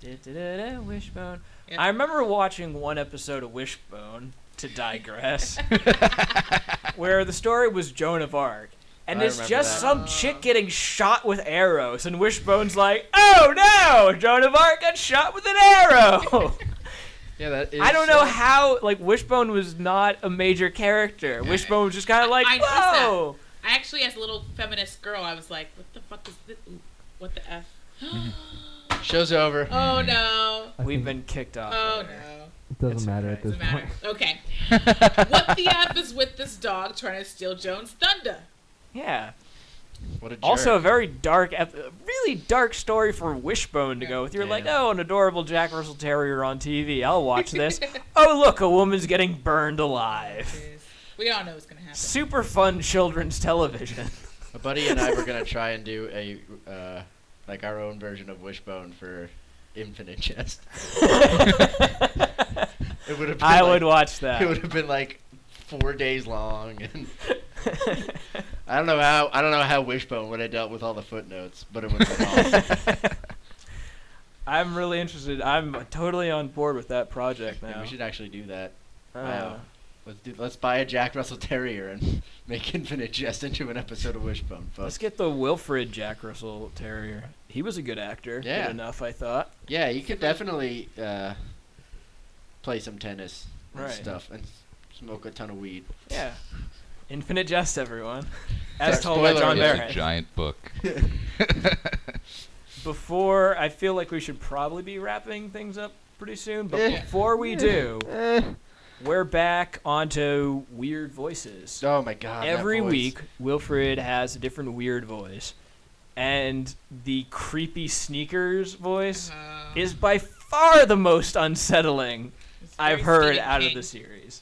Speaker 2: Da-da-da-da, Wishbone.
Speaker 4: Yeah.
Speaker 2: I remember watching one episode of <laughs> Wishbone, to digress, where the story was Joan of Arc. and
Speaker 3: I
Speaker 2: it's
Speaker 3: remember
Speaker 2: just
Speaker 3: that.
Speaker 2: some chick getting shot with arrows, and Wishbone's like, "Oh no, Joan of Arc got shot with an <laughs> arrow."
Speaker 3: <laughs> Yeah, that is.
Speaker 2: I don't know
Speaker 3: uh,
Speaker 2: how. Like Wishbone was not a major character. Wishbone was just kind of like,
Speaker 4: I noticed that.
Speaker 2: "Whoa."
Speaker 4: <laughs> I actually, as a little feminist girl, I was like, what the fuck is this? Ooh, what the
Speaker 2: <laughs>
Speaker 4: F? <gasps>
Speaker 3: Show's over.
Speaker 4: Oh no.
Speaker 7: I
Speaker 2: We've
Speaker 7: think
Speaker 2: been kicked off.
Speaker 4: Oh no.
Speaker 7: It doesn't matter at this
Speaker 4: Doesn't matter.
Speaker 7: point.
Speaker 4: Okay.
Speaker 5: <laughs>
Speaker 4: What the F is with this dog trying to steal Joan's thunder?
Speaker 2: Yeah.
Speaker 3: What a jerk.
Speaker 2: Also, a very dark, ep- a really dark story for Wishbone to go with. You're like,
Speaker 3: Yeah.
Speaker 2: oh, an adorable Jack Russell Terrier on TV. I'll watch
Speaker 4: <laughs>
Speaker 2: this. oh, look, a woman's getting burned alive.
Speaker 4: We all know what's gonna happen.
Speaker 2: Super fun children's
Speaker 3: <laughs>
Speaker 2: television.
Speaker 3: a buddy and I were gonna try and do a uh, like our own version of Wishbone for Infinite Jest. It would have.
Speaker 2: I would
Speaker 3: like,
Speaker 2: watch
Speaker 3: It would
Speaker 2: that.
Speaker 3: have been like four days long, and I don't know how I don't know how Wishbone would have dealt with all the footnotes, but it would have been awesome.
Speaker 2: <laughs> <laughs> I'm really interested. I'm totally on board with that project
Speaker 3: Maybe
Speaker 2: now.
Speaker 3: we should actually do that.
Speaker 2: Uh,
Speaker 3: wow. Let's do, let's buy a Jack Russell Terrier and <laughs> make Infinite Jest into an episode of Wishbone,
Speaker 2: Let's
Speaker 3: folks.
Speaker 2: get the Wilfred Jack Russell Terrier. He was a good actor.
Speaker 3: Yeah.
Speaker 2: Good enough, I thought.
Speaker 3: Yeah, you could definitely uh, play some tennis and
Speaker 2: Right.
Speaker 3: stuff and s- smoke a ton of weed.
Speaker 2: Yeah. Infinite Jest,
Speaker 3: <laughs>
Speaker 2: everyone. As told by
Speaker 3: spoiler
Speaker 2: John
Speaker 3: alert.
Speaker 5: It's a
Speaker 2: Barrett.
Speaker 5: giant book. <laughs>
Speaker 2: before I feel like we should probably be wrapping things up pretty soon, but
Speaker 3: Yeah.
Speaker 2: before we do,
Speaker 3: Eh.
Speaker 2: Eh. we're back onto weird voices.
Speaker 3: Oh my god. that
Speaker 2: Every
Speaker 3: voice.
Speaker 2: week, Wilfred has a different weird voice, and the creepy sneakers voice
Speaker 4: Uh,
Speaker 3: Mm-hmm.
Speaker 2: is by far the most unsettling
Speaker 4: it's
Speaker 2: I've
Speaker 4: very
Speaker 2: heard
Speaker 4: Stephen
Speaker 2: out of
Speaker 4: King.
Speaker 2: the series.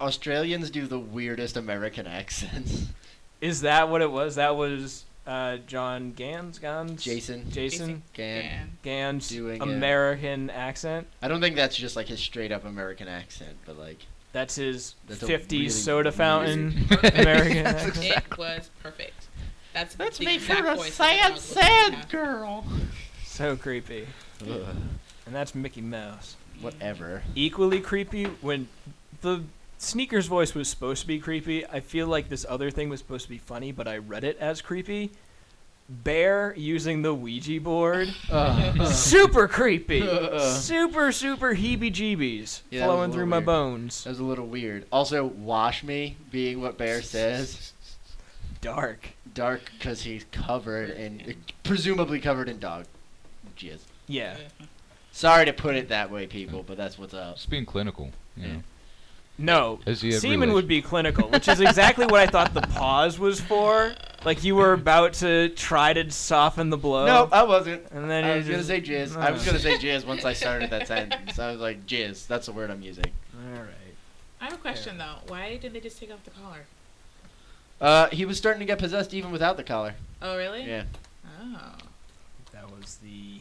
Speaker 3: Australians do the weirdest American accents. <laughs>
Speaker 2: Is that what it was? That was uh, John Gans, Gans,
Speaker 3: Jason
Speaker 2: Jason
Speaker 3: Gan.
Speaker 4: Man.
Speaker 2: Gans,
Speaker 3: Doing it.
Speaker 2: American accent.
Speaker 3: I don't think that's just like his straight up American accent, but like
Speaker 2: That's his
Speaker 3: That's a
Speaker 2: 50s
Speaker 3: really
Speaker 2: soda
Speaker 3: weird-
Speaker 2: fountain American.
Speaker 3: That's
Speaker 2: accent.
Speaker 4: It was perfect. That's Let's make her a sad,
Speaker 3: <laughs> girl.
Speaker 2: <laughs> so creepy. And that's Mickey Mouse.
Speaker 3: Whatever.
Speaker 2: Equally creepy when the sneakers voice was supposed to be creepy. I feel like this other thing was supposed to be funny, but I read it as creepy. Bear using the Ouija
Speaker 3: <laughs>
Speaker 2: board.
Speaker 3: Uh.
Speaker 2: super creepy. super, super heebie jeebies
Speaker 3: Yeah, that was
Speaker 2: flowing
Speaker 3: a
Speaker 2: through
Speaker 3: little
Speaker 2: my
Speaker 3: weird.
Speaker 2: bones.
Speaker 3: That was a little weird. Also, wash me being what Bear says.
Speaker 2: Dark.
Speaker 3: Dark because he's covered in, presumably covered in dog jizz.
Speaker 2: Yeah.
Speaker 3: Sorry to put it that way, people, but that's what's up.
Speaker 5: Just being clinical. You know.
Speaker 2: No,
Speaker 5: Has he had
Speaker 2: semen would be clinical, which is exactly what I thought the pause was for. Like you were about to try to soften the blow.
Speaker 3: No, I wasn't.
Speaker 2: And then
Speaker 3: I
Speaker 2: you
Speaker 3: was gonna
Speaker 2: just-
Speaker 3: say jizz. I was
Speaker 2: Oh. <laughs>
Speaker 3: gonna say jizz once I started that sentence. I was like, jizz. That's the word I'm using.
Speaker 2: All right.
Speaker 4: <laughs> I have a question though. Why didn't they just take off the collar?
Speaker 3: Uh, he was starting to get possessed even without the collar.
Speaker 4: Oh really?
Speaker 3: Yeah.
Speaker 4: Oh.
Speaker 2: That was the.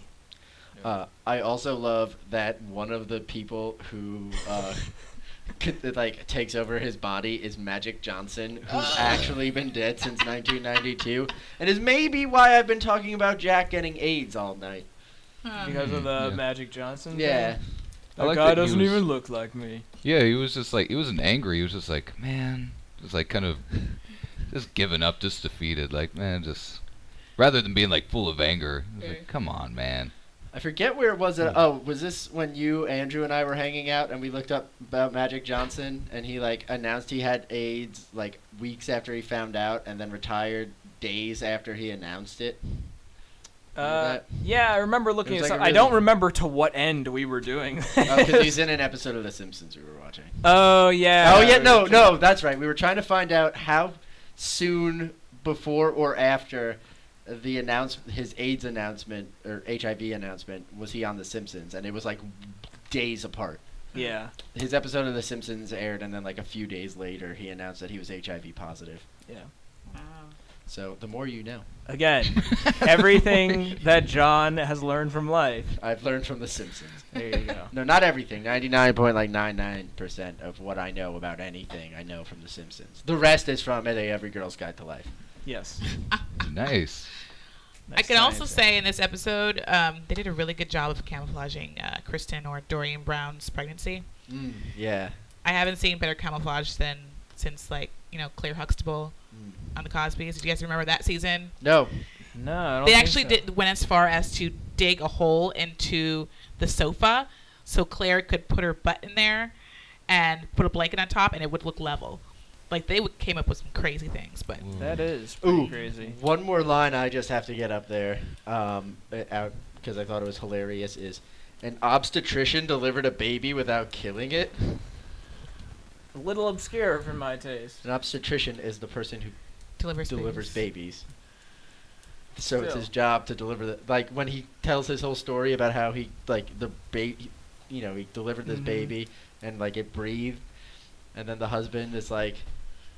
Speaker 3: Uh, I also love that one of the people who uh, could- that, like takes over his body is Magic Johnson, who's actually been dead since 1992, and is maybe why I've been talking about Jack getting AIDS all night.
Speaker 4: Huh.
Speaker 2: Because of the
Speaker 5: Yeah.
Speaker 2: Magic Johnson?
Speaker 3: Yeah,
Speaker 2: thing?
Speaker 5: I
Speaker 2: That
Speaker 5: like
Speaker 2: guy
Speaker 5: that he
Speaker 2: doesn't
Speaker 5: was-
Speaker 2: even look like me.
Speaker 5: Yeah, he was just like he wasn't angry. He was just like, man, just like kind of just giving up, just defeated. Like, man, just rather than being like full of anger, it was
Speaker 4: Yeah.
Speaker 5: like, come on, man.
Speaker 3: I forget where it was. That, oh, was this when you Andrew and I were hanging out and we looked up about Magic Johnson and he like announced he had AIDS like weeks after he found out and then retired days after he announced it.
Speaker 2: Uh,
Speaker 3: that?
Speaker 2: yeah, I remember looking
Speaker 3: It
Speaker 2: at
Speaker 3: was like
Speaker 2: some-
Speaker 3: a
Speaker 2: I don't
Speaker 3: really-
Speaker 2: remember to what end we were doing
Speaker 3: <laughs> Oh, 'cause
Speaker 2: this.
Speaker 3: he's in an episode of The Simpsons we were watching.
Speaker 2: <laughs> oh, yeah.
Speaker 3: <laughs> Oh yeah, no, no, that's right. We were trying to find out how soon before or after the announce his AIDS announcement or HIV announcement was he on The Simpsons, and it was like days apart.
Speaker 2: Yeah.
Speaker 3: His episode of The Simpsons aired, and then like a few days later, he announced that he was HIV positive.
Speaker 4: Wow.
Speaker 3: So the more you know,
Speaker 2: Again,
Speaker 5: <laughs>
Speaker 2: everything that John has learned from life.
Speaker 3: I've learned from The Simpsons.
Speaker 2: There you go.
Speaker 3: No, not everything. Ninety nine point like nine nine percent of what I know about anything, I know from The Simpsons. The rest is from A Every Girl's Guide to Life.
Speaker 2: Yes.
Speaker 5: Nice.
Speaker 4: I can also say in this episode, um, they did a really good job of camouflaging uh, Kristen or Dorian Brown's pregnancy.
Speaker 3: yeah.
Speaker 2: Mm.
Speaker 4: I haven't seen better camouflage than since like you know Claire Huxtable
Speaker 3: Mm.
Speaker 4: on the Cosby's. Do you guys remember that season?
Speaker 3: No.
Speaker 2: No, I don't
Speaker 4: They
Speaker 2: think
Speaker 4: actually
Speaker 2: so.
Speaker 4: did went as far as to dig a hole into the sofa so Claire could put her butt in there and put a blanket on top, and it would look level. Like they would, came up with some crazy things, but
Speaker 2: That is pretty
Speaker 3: Ooh,
Speaker 2: crazy.
Speaker 3: one more line I just have to get up there, um, uh, out because I thought it was hilarious. Is an obstetrician delivered a baby without killing it?
Speaker 2: A little obscure for my taste.
Speaker 3: An obstetrician is the person who
Speaker 4: delivers
Speaker 3: delivers babies. So it's
Speaker 2: Still.
Speaker 3: his job to deliver the like when he tells his whole story about how he like the baby, you know, he delivered this
Speaker 4: Mm-hmm.
Speaker 2: Mhm.
Speaker 3: baby and like it breathed, and then the husband is like,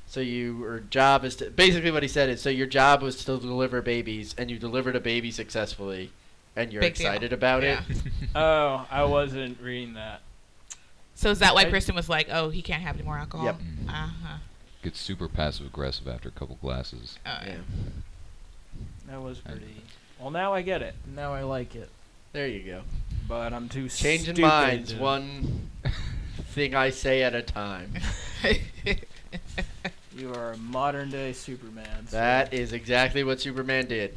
Speaker 3: so you your job is to basically what he said is so your job was to deliver babies and you delivered a baby successfully, and you're
Speaker 4: Big deal.
Speaker 3: excited about
Speaker 4: Yeah.
Speaker 3: it.
Speaker 2: Oh, I wasn't reading that.
Speaker 4: So is that why
Speaker 2: I-
Speaker 4: Kristen was like, "Oh, he can't have any more alcohol"?
Speaker 3: Yep.
Speaker 4: Uh huh.
Speaker 5: Gets super passive aggressive after a couple glasses. <laughs>
Speaker 4: Oh, yeah.
Speaker 3: Yeah.
Speaker 2: That was pretty. Well, now I get it. Now I like it.
Speaker 3: There you go.
Speaker 2: But I'm too
Speaker 3: Changing
Speaker 2: stupid
Speaker 3: minds,
Speaker 2: to-
Speaker 4: <laughs>
Speaker 3: one thing I say at a time.
Speaker 2: You are a modern day Superman. so-
Speaker 3: That is exactly what Superman did.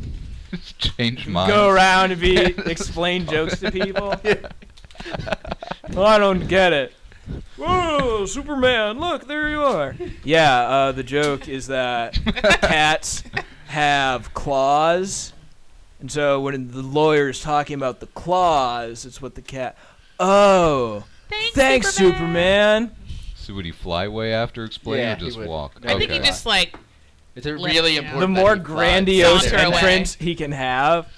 Speaker 4: <laughs>
Speaker 5: Change
Speaker 2: You
Speaker 5: minds.
Speaker 2: Go
Speaker 5: <laughs>
Speaker 2: around
Speaker 3: <laughs>
Speaker 2: and be explain jokes to people. well, I don't get it. Whoa, Superman! Look, there you are. Yeah, uh, the joke is
Speaker 4: <laughs>
Speaker 2: that cats have claws, and so when the lawyer's talking about the claws, it's what the cat. Oh,
Speaker 4: <laughs> Thanks,
Speaker 2: thanks, Superman.
Speaker 5: So would he fly way after explaining
Speaker 3: Yeah,
Speaker 5: or
Speaker 3: he
Speaker 5: just
Speaker 3: would.
Speaker 5: walk?
Speaker 3: No,
Speaker 4: I think he
Speaker 5: <laughs>
Speaker 3: Okay.
Speaker 4: just like
Speaker 3: It's a
Speaker 4: Let-
Speaker 3: really
Speaker 4: yeah.
Speaker 3: important.
Speaker 2: The
Speaker 3: that
Speaker 2: more
Speaker 3: he flies.
Speaker 2: grandiose
Speaker 4: Saunter away.
Speaker 2: entrance he can have,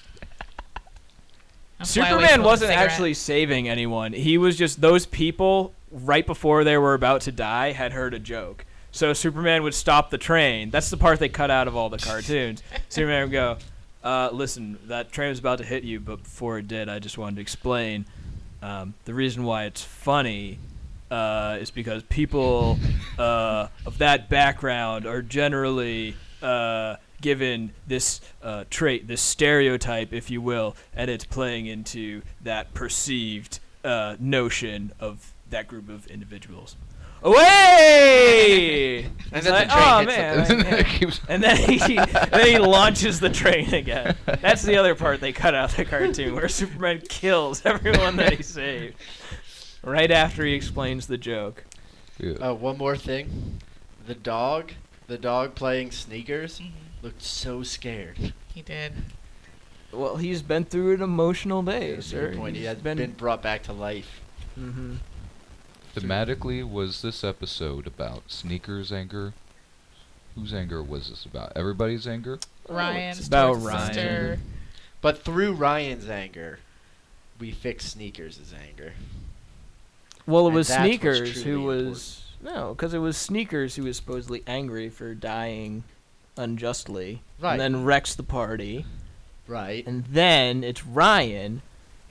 Speaker 4: I'll fly away
Speaker 2: Superman
Speaker 4: smoking a
Speaker 2: wasn't
Speaker 4: cigarette.
Speaker 2: actually saving anyone. He was just those people right before they were about to die had heard a joke. So Superman would stop the train. That's the part they cut out of all the
Speaker 4: <laughs>
Speaker 2: cartoons. Superman would go, uh, "Listen, that train was about to hit you, but before it did, I just wanted to explain um, the reason why it's funny." Uh, is because people uh, of that background are generally uh, given this uh, trait, this stereotype, if you will, and it's playing into that perceived uh, notion of that group of individuals. Away!
Speaker 3: <laughs>
Speaker 2: It's
Speaker 3: And then
Speaker 2: like,
Speaker 3: the train
Speaker 2: "Aw,
Speaker 3: hits
Speaker 2: man,
Speaker 3: something.
Speaker 2: I- yeah."
Speaker 5: Keeps-
Speaker 2: And then he, then he launches the train again. That's the other part they cut out of the cartoon where Superman kills everyone that
Speaker 3: <laughs>
Speaker 2: he saved right after he explains the joke.
Speaker 5: Yeah.
Speaker 3: Oh, one more thing. The dog, the dog playing sneakers, looked so scared.
Speaker 4: He did.
Speaker 2: Well, he's been through an emotional day,
Speaker 3: That's a
Speaker 2: sir.
Speaker 3: good point. He
Speaker 2: He's
Speaker 3: had been, brought back to life.
Speaker 2: Mhm.
Speaker 5: Thematically, was this episode about sneakers anger? Whose anger was this about? Everybody's anger?
Speaker 4: Ryan.
Speaker 2: it's about
Speaker 4: Stewart's
Speaker 2: Ryan.
Speaker 4: Sister.
Speaker 3: But through Ryan's anger, we fixed sneakers' anger.
Speaker 2: Well, it
Speaker 3: And
Speaker 2: was
Speaker 3: that's what's
Speaker 2: Sneakers who
Speaker 3: truly
Speaker 2: was no, because it was Sneakers who was supposedly angry for dying unjustly,
Speaker 3: Right.
Speaker 2: and then wrecks the party,
Speaker 3: Right.
Speaker 2: and then it's Ryan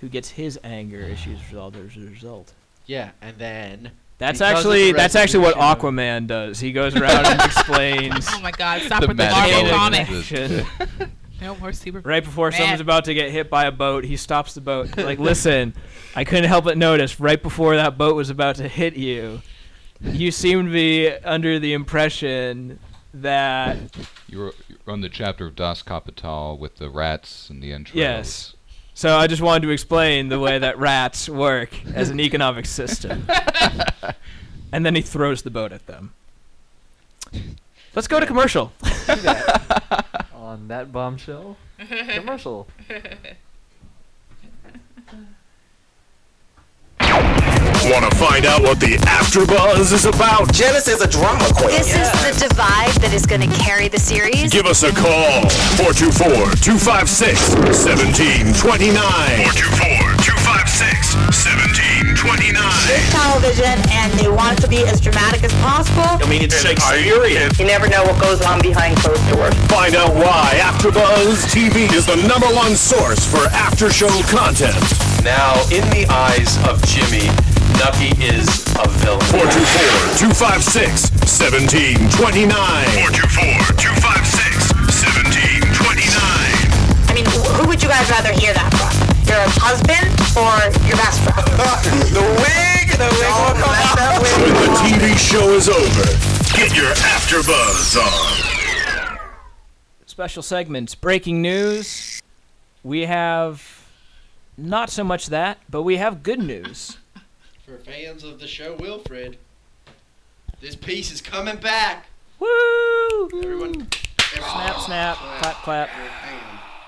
Speaker 2: who gets his anger issues resolved as a result.
Speaker 3: Yeah, and then
Speaker 2: That's
Speaker 3: Because of
Speaker 2: actually
Speaker 3: the
Speaker 2: that's actually what
Speaker 3: resolution
Speaker 2: Aquaman does. He goes around and explains
Speaker 4: Oh my God! Stop
Speaker 5: The
Speaker 4: with the
Speaker 5: magic
Speaker 4: Marvel
Speaker 5: element.
Speaker 4: comic.
Speaker 2: action.
Speaker 4: No more Superman.
Speaker 2: Right before
Speaker 4: Man.
Speaker 2: someone's about to get hit by a boat, he stops the boat. Like, listen, I couldn't help but notice right before that boat was about to hit you, you seemed to be under the impression that
Speaker 5: You were you were on the chapter of Das Kapital with the rats and the entrails.
Speaker 2: Yes. So I just wanted to explain the way that rats work as an economic system. and then he throws the boat at them. Let's go to commercial.
Speaker 7: On that
Speaker 4: <laughs>
Speaker 7: bombshell, commercial.
Speaker 9: Want to find out what the AfterBuzz is about?
Speaker 10: Janice is a drama queen.
Speaker 11: This is the divide that is going to carry the series.
Speaker 9: Give us a call. 424-256-1729. 424-256-1729.
Speaker 11: Television, and they want it to be as dramatic as possible.
Speaker 10: I mean, it's Shakespearean.
Speaker 11: You never know what goes on behind closed doors.
Speaker 9: Find out why AfterBuzz TV is the number one source for after-show content.
Speaker 10: Now, in the eyes of Jimmy, Nucky is a villain.
Speaker 9: 424-256-1729. 424-256-1729.
Speaker 11: I mean, wh- who would you guys rather hear that from? Your husband or your best friend?
Speaker 10: the wig! The wig will come
Speaker 9: When the TV show is over, get your AfterBuzz on.
Speaker 2: special segments. Breaking news. We have not so much that, but we have good news.
Speaker 3: For fans of the show, Wilfred, this piece is coming back.
Speaker 2: Woo!
Speaker 3: Everyone,
Speaker 2: Snap, snap, clap, clap.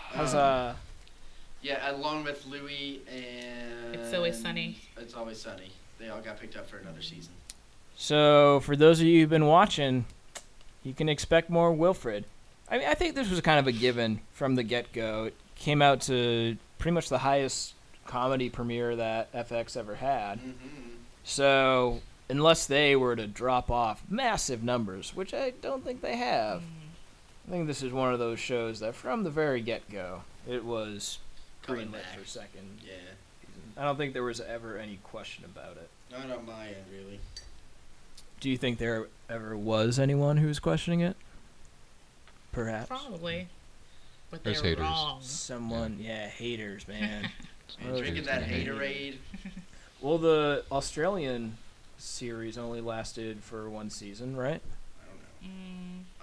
Speaker 2: Huzzah.
Speaker 3: Yeah, along with Louis and.
Speaker 4: It's Always Sunny.
Speaker 3: It's always sunny. They all got picked up for another season.
Speaker 2: So, for those of you who've been watching, you can expect more Wilfred. I mean, I think this was kind of a given from the get go. It came out to pretty much the highest comedy premiere that FX ever had.
Speaker 3: Mm-hmm.
Speaker 2: So, unless they were to drop off massive numbers, which I don't think they have, I think this is one of those shows that from the very get go, it was greenlit for second.
Speaker 3: Yeah.
Speaker 2: I don't think there was ever any question about it.
Speaker 3: Not on my end, really.
Speaker 2: Do you think there ever was anyone who was questioning it? Perhaps.
Speaker 4: Probably. But
Speaker 5: There's
Speaker 4: they're
Speaker 5: haters.
Speaker 4: wrong.
Speaker 2: Someone, yeah, haters, man.
Speaker 3: Man, drinking that haterade.
Speaker 2: Well, the Australian series only lasted for one season, right?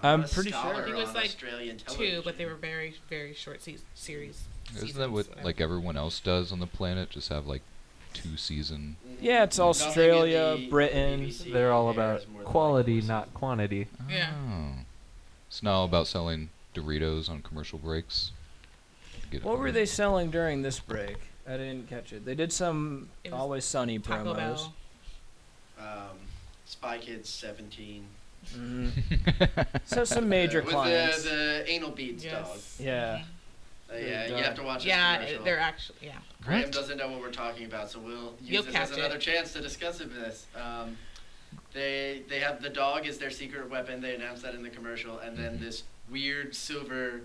Speaker 2: I'm pretty sure.
Speaker 4: I think it was like Mm, two,
Speaker 3: television.
Speaker 4: but they were very, very short se- series.
Speaker 5: Isn't that what like everyone else does on the planet? Just have like two season.
Speaker 3: Mm-hmm.
Speaker 2: Yeah, it's Australia, Britain.
Speaker 7: They're all about quality, not quantity.
Speaker 4: Yeah.
Speaker 5: Oh. It's now about selling Doritos on commercial breaks. Get
Speaker 2: What
Speaker 5: over
Speaker 2: were
Speaker 5: it. <laughs>
Speaker 2: they selling during this break? I didn't catch it. They did some
Speaker 4: It was
Speaker 2: Always Sunny
Speaker 4: Taco
Speaker 2: promos.
Speaker 4: Bell.
Speaker 3: Um, Spy Kids 17.
Speaker 2: Mm-hmm. so some major
Speaker 3: <laughs> Uh, with
Speaker 2: clients.
Speaker 3: The, the anal beads
Speaker 4: Yes.
Speaker 3: dog.
Speaker 2: yeah.
Speaker 3: Uh, yeah,
Speaker 2: Big
Speaker 3: you have
Speaker 2: dog.
Speaker 3: to watch this
Speaker 4: Yeah,
Speaker 3: commercial.
Speaker 4: they're actually yeah.
Speaker 3: Graham doesn't know what we're talking about, so we'll use
Speaker 4: You'll
Speaker 3: this as
Speaker 4: catch
Speaker 3: another
Speaker 4: it.
Speaker 3: chance to discuss it with this. Um, they they have the dog is their secret weapon. They announce that in the commercial, and
Speaker 2: Mm-hmm.
Speaker 3: then this weird silver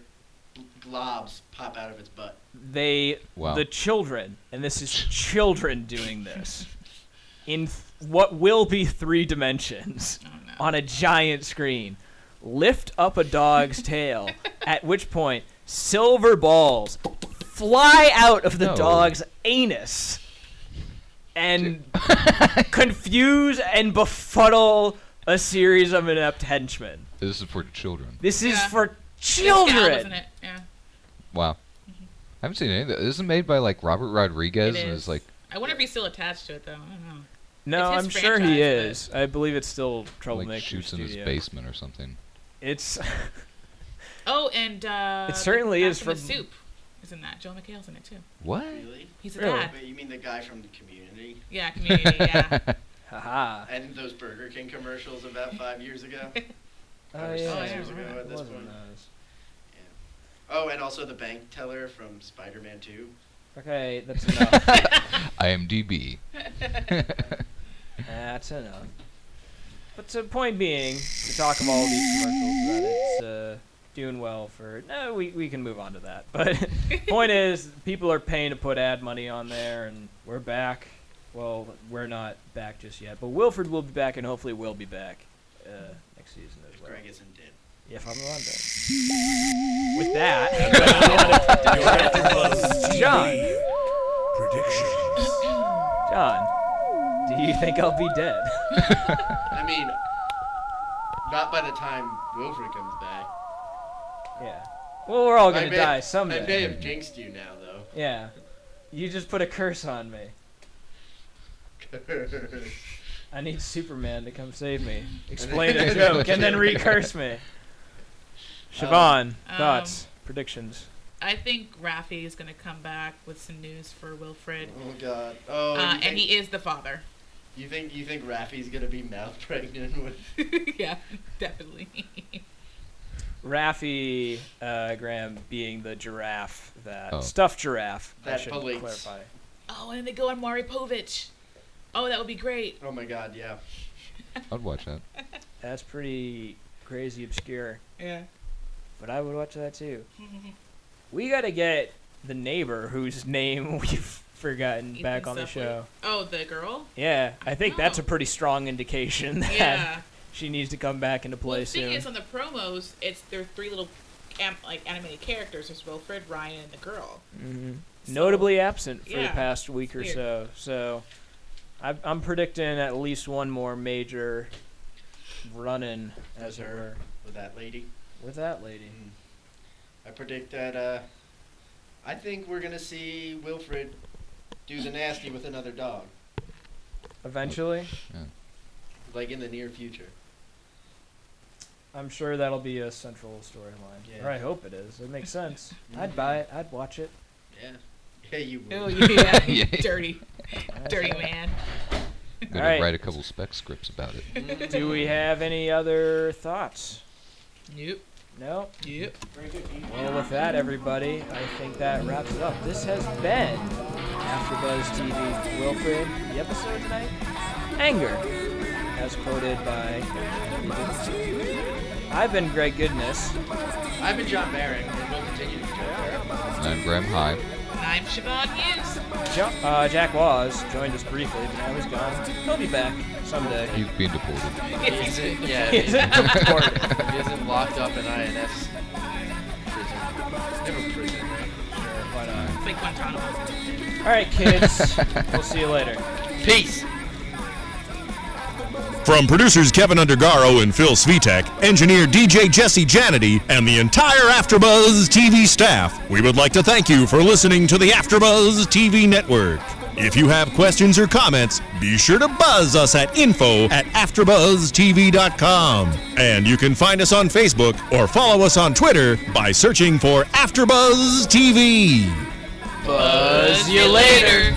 Speaker 3: gl- globs pop out of its butt.
Speaker 2: They,
Speaker 5: Wow.
Speaker 2: the children, and this is children doing this in th- what will be three dimensions on a giant screen. Lift up a dog's
Speaker 3: <laughs>
Speaker 2: tail, at which point silver balls fly out of the
Speaker 5: No.
Speaker 2: dog's anus and confuse and befuddle a series of inept henchmen.
Speaker 5: This is for children.
Speaker 2: This is
Speaker 4: Yeah.
Speaker 2: for
Speaker 4: It was Gal,
Speaker 2: children.
Speaker 4: wasn't it? Yeah.
Speaker 5: Wow.
Speaker 2: Mm-hmm.
Speaker 5: I haven't seen any of that. This is made by like Robert Rodriguez,
Speaker 4: It
Speaker 5: and
Speaker 4: is.
Speaker 5: it's like
Speaker 4: I wonder if he's still attached to it though. I don't know.
Speaker 2: No,
Speaker 4: It's
Speaker 2: I'm
Speaker 4: his
Speaker 2: sure he
Speaker 4: franchise,
Speaker 2: is. I believe it's still troublemaker
Speaker 5: like shoots in his
Speaker 2: studio.
Speaker 5: basement or something.
Speaker 2: It's <laughs>
Speaker 4: Oh, and uh,
Speaker 2: It certainly
Speaker 4: the guy
Speaker 2: is
Speaker 4: from the
Speaker 2: from-
Speaker 4: soup. Isn't that Joe McHale's in it too?
Speaker 5: What?
Speaker 3: Really?
Speaker 4: He's a
Speaker 2: Really?
Speaker 4: dad.
Speaker 3: But you mean the guy from the community
Speaker 4: Yeah, community.
Speaker 2: <laughs>
Speaker 4: Yeah. <laughs>
Speaker 5: <laughs>
Speaker 2: haha.
Speaker 3: and those Burger King commercials about five
Speaker 2: <laughs>
Speaker 3: years ago?
Speaker 2: Oh
Speaker 3: six
Speaker 2: yeah.
Speaker 3: years ago
Speaker 2: right.
Speaker 3: at this
Speaker 2: Wasn't
Speaker 3: point.
Speaker 2: those.
Speaker 3: Oh, and also the bank teller from Spider-Man 2.
Speaker 2: Okay, <laughs> that's enough. <laughs>
Speaker 5: IMDb.
Speaker 2: that's enough. But the point being, to talk of all these commercials, that it's uh, doing well for. No, we we can move on to that. But point is, people are paying to put ad money on there, and we're back. Well, we're not back just yet, but Wilfred will be back, and hopefully will be back uh, next season as well.
Speaker 3: Greg isn't dead.
Speaker 2: If I'm London. With that, John,
Speaker 9: Predictions.
Speaker 2: John, do you think I'll be dead? <laughs>
Speaker 3: I mean, not by the time Wilfred comes back.
Speaker 2: yeah. Well, we're all
Speaker 3: I
Speaker 2: gonna
Speaker 3: may-
Speaker 2: die
Speaker 3: I may
Speaker 2: someday.
Speaker 3: have jinxed you now, though.
Speaker 2: Yeah. You just put a curse on me. I need Superman to come save me.
Speaker 3: <laughs>
Speaker 2: Explain
Speaker 4: <laughs>
Speaker 2: a joke and then recurse me. Siobhan,
Speaker 4: Um,
Speaker 2: thoughts, predictions.
Speaker 4: I think Rafi is gonna come back with some news for Wilfred,
Speaker 3: oh God. Oh,
Speaker 4: uh,
Speaker 3: you, think,
Speaker 4: and he is the father. <laughs>
Speaker 3: you think you think Rafi's gonna be mouth <laughs> pregnant with?
Speaker 4: yeah, definitely. <laughs>
Speaker 2: Raffi uh, Graham being the giraffe that
Speaker 5: Oh.
Speaker 2: stuffed giraffe. I
Speaker 3: That
Speaker 2: should
Speaker 3: beliefs.
Speaker 2: clarify.
Speaker 4: oh, and they go on Mari Povich. Oh, that would be great.
Speaker 3: Oh my God, yeah.
Speaker 5: I'd watch that.
Speaker 2: That's pretty crazy obscure.
Speaker 4: Yeah.
Speaker 2: but I would watch that
Speaker 4: <laughs>
Speaker 2: too. we gotta get the neighbor whose <laughs> name we've forgotten
Speaker 4: Ethan
Speaker 2: back on the
Speaker 4: Suplee.
Speaker 2: show.
Speaker 4: Oh, the
Speaker 2: <laughs>
Speaker 4: girl.
Speaker 2: Yeah, I think that's a
Speaker 4: Oh.
Speaker 2: pretty strong indication <laughs> that
Speaker 4: Yeah.
Speaker 2: she needs to come back into
Speaker 4: Well,
Speaker 2: play
Speaker 4: the
Speaker 2: soon.
Speaker 4: thing is, on the promos, it's there are three little am- like animated characters. There's Wilfred, Ryan, and the girl.
Speaker 2: Notably absent for the
Speaker 4: yeah,
Speaker 2: past week or
Speaker 4: weird.
Speaker 2: so, so I, I'm predicting at least one more major run-in, as it
Speaker 3: With her.
Speaker 2: were,
Speaker 3: With that lady.
Speaker 2: with that lady.
Speaker 3: I predict that. Uh, I think we're gonna see Wilfred do the nasty with another dog,
Speaker 2: Eventually,
Speaker 3: like in the near future.
Speaker 2: I'm sure that'll be a central storyline.
Speaker 3: Yeah.
Speaker 2: Or I hope it is. It makes
Speaker 4: <laughs>
Speaker 2: sense.
Speaker 3: Mhm.
Speaker 2: I'd buy it. I'd watch it.
Speaker 3: Yeah. Yeah, you would.
Speaker 4: Oh yeah, <laughs> dirty, dirty man.
Speaker 5: I'm gonna
Speaker 2: Alright.
Speaker 5: write a couple spec scripts about it.
Speaker 3: <laughs>
Speaker 2: Do we have any other thoughts?
Speaker 4: Nope.
Speaker 2: No?
Speaker 4: Yep.
Speaker 2: Well, with that, everybody, I think that wraps it up. This has been AfterBuzz TV Wilfred. The episode tonight, Anger, as quoted by... I've been Greg Goodness.
Speaker 3: I've been John Barrett, and we'll continue to be John Barrett.
Speaker 5: And I'm Graham High.
Speaker 4: And I'm Siobhan Hughes.
Speaker 2: Jo- uh, Jack Waz joined us briefly, but now he's gone. He'll be back someday.
Speaker 5: He's being deported.
Speaker 3: He's in, <laughs> yeah,
Speaker 2: He's
Speaker 3: he's,
Speaker 2: in court.
Speaker 3: isn't locked up in INS prison. Never prison, right?
Speaker 2: Why not?
Speaker 4: Big Guantanamo.
Speaker 2: All right, kids. we'll see you later.
Speaker 3: Peace.
Speaker 6: From producers Kevin Undergaro and Phil Svitek, engineer DJ Jesse Janity, and the entire AfterBuzz TV staff, we would like to thank you for listening to the AfterBuzz TV network. If you have questions or comments, be sure to buzz us at info at AfterBuzzTV.com. And you can find us on Facebook or follow us on Twitter by searching for AfterBuzz TV.
Speaker 3: Buzz you later.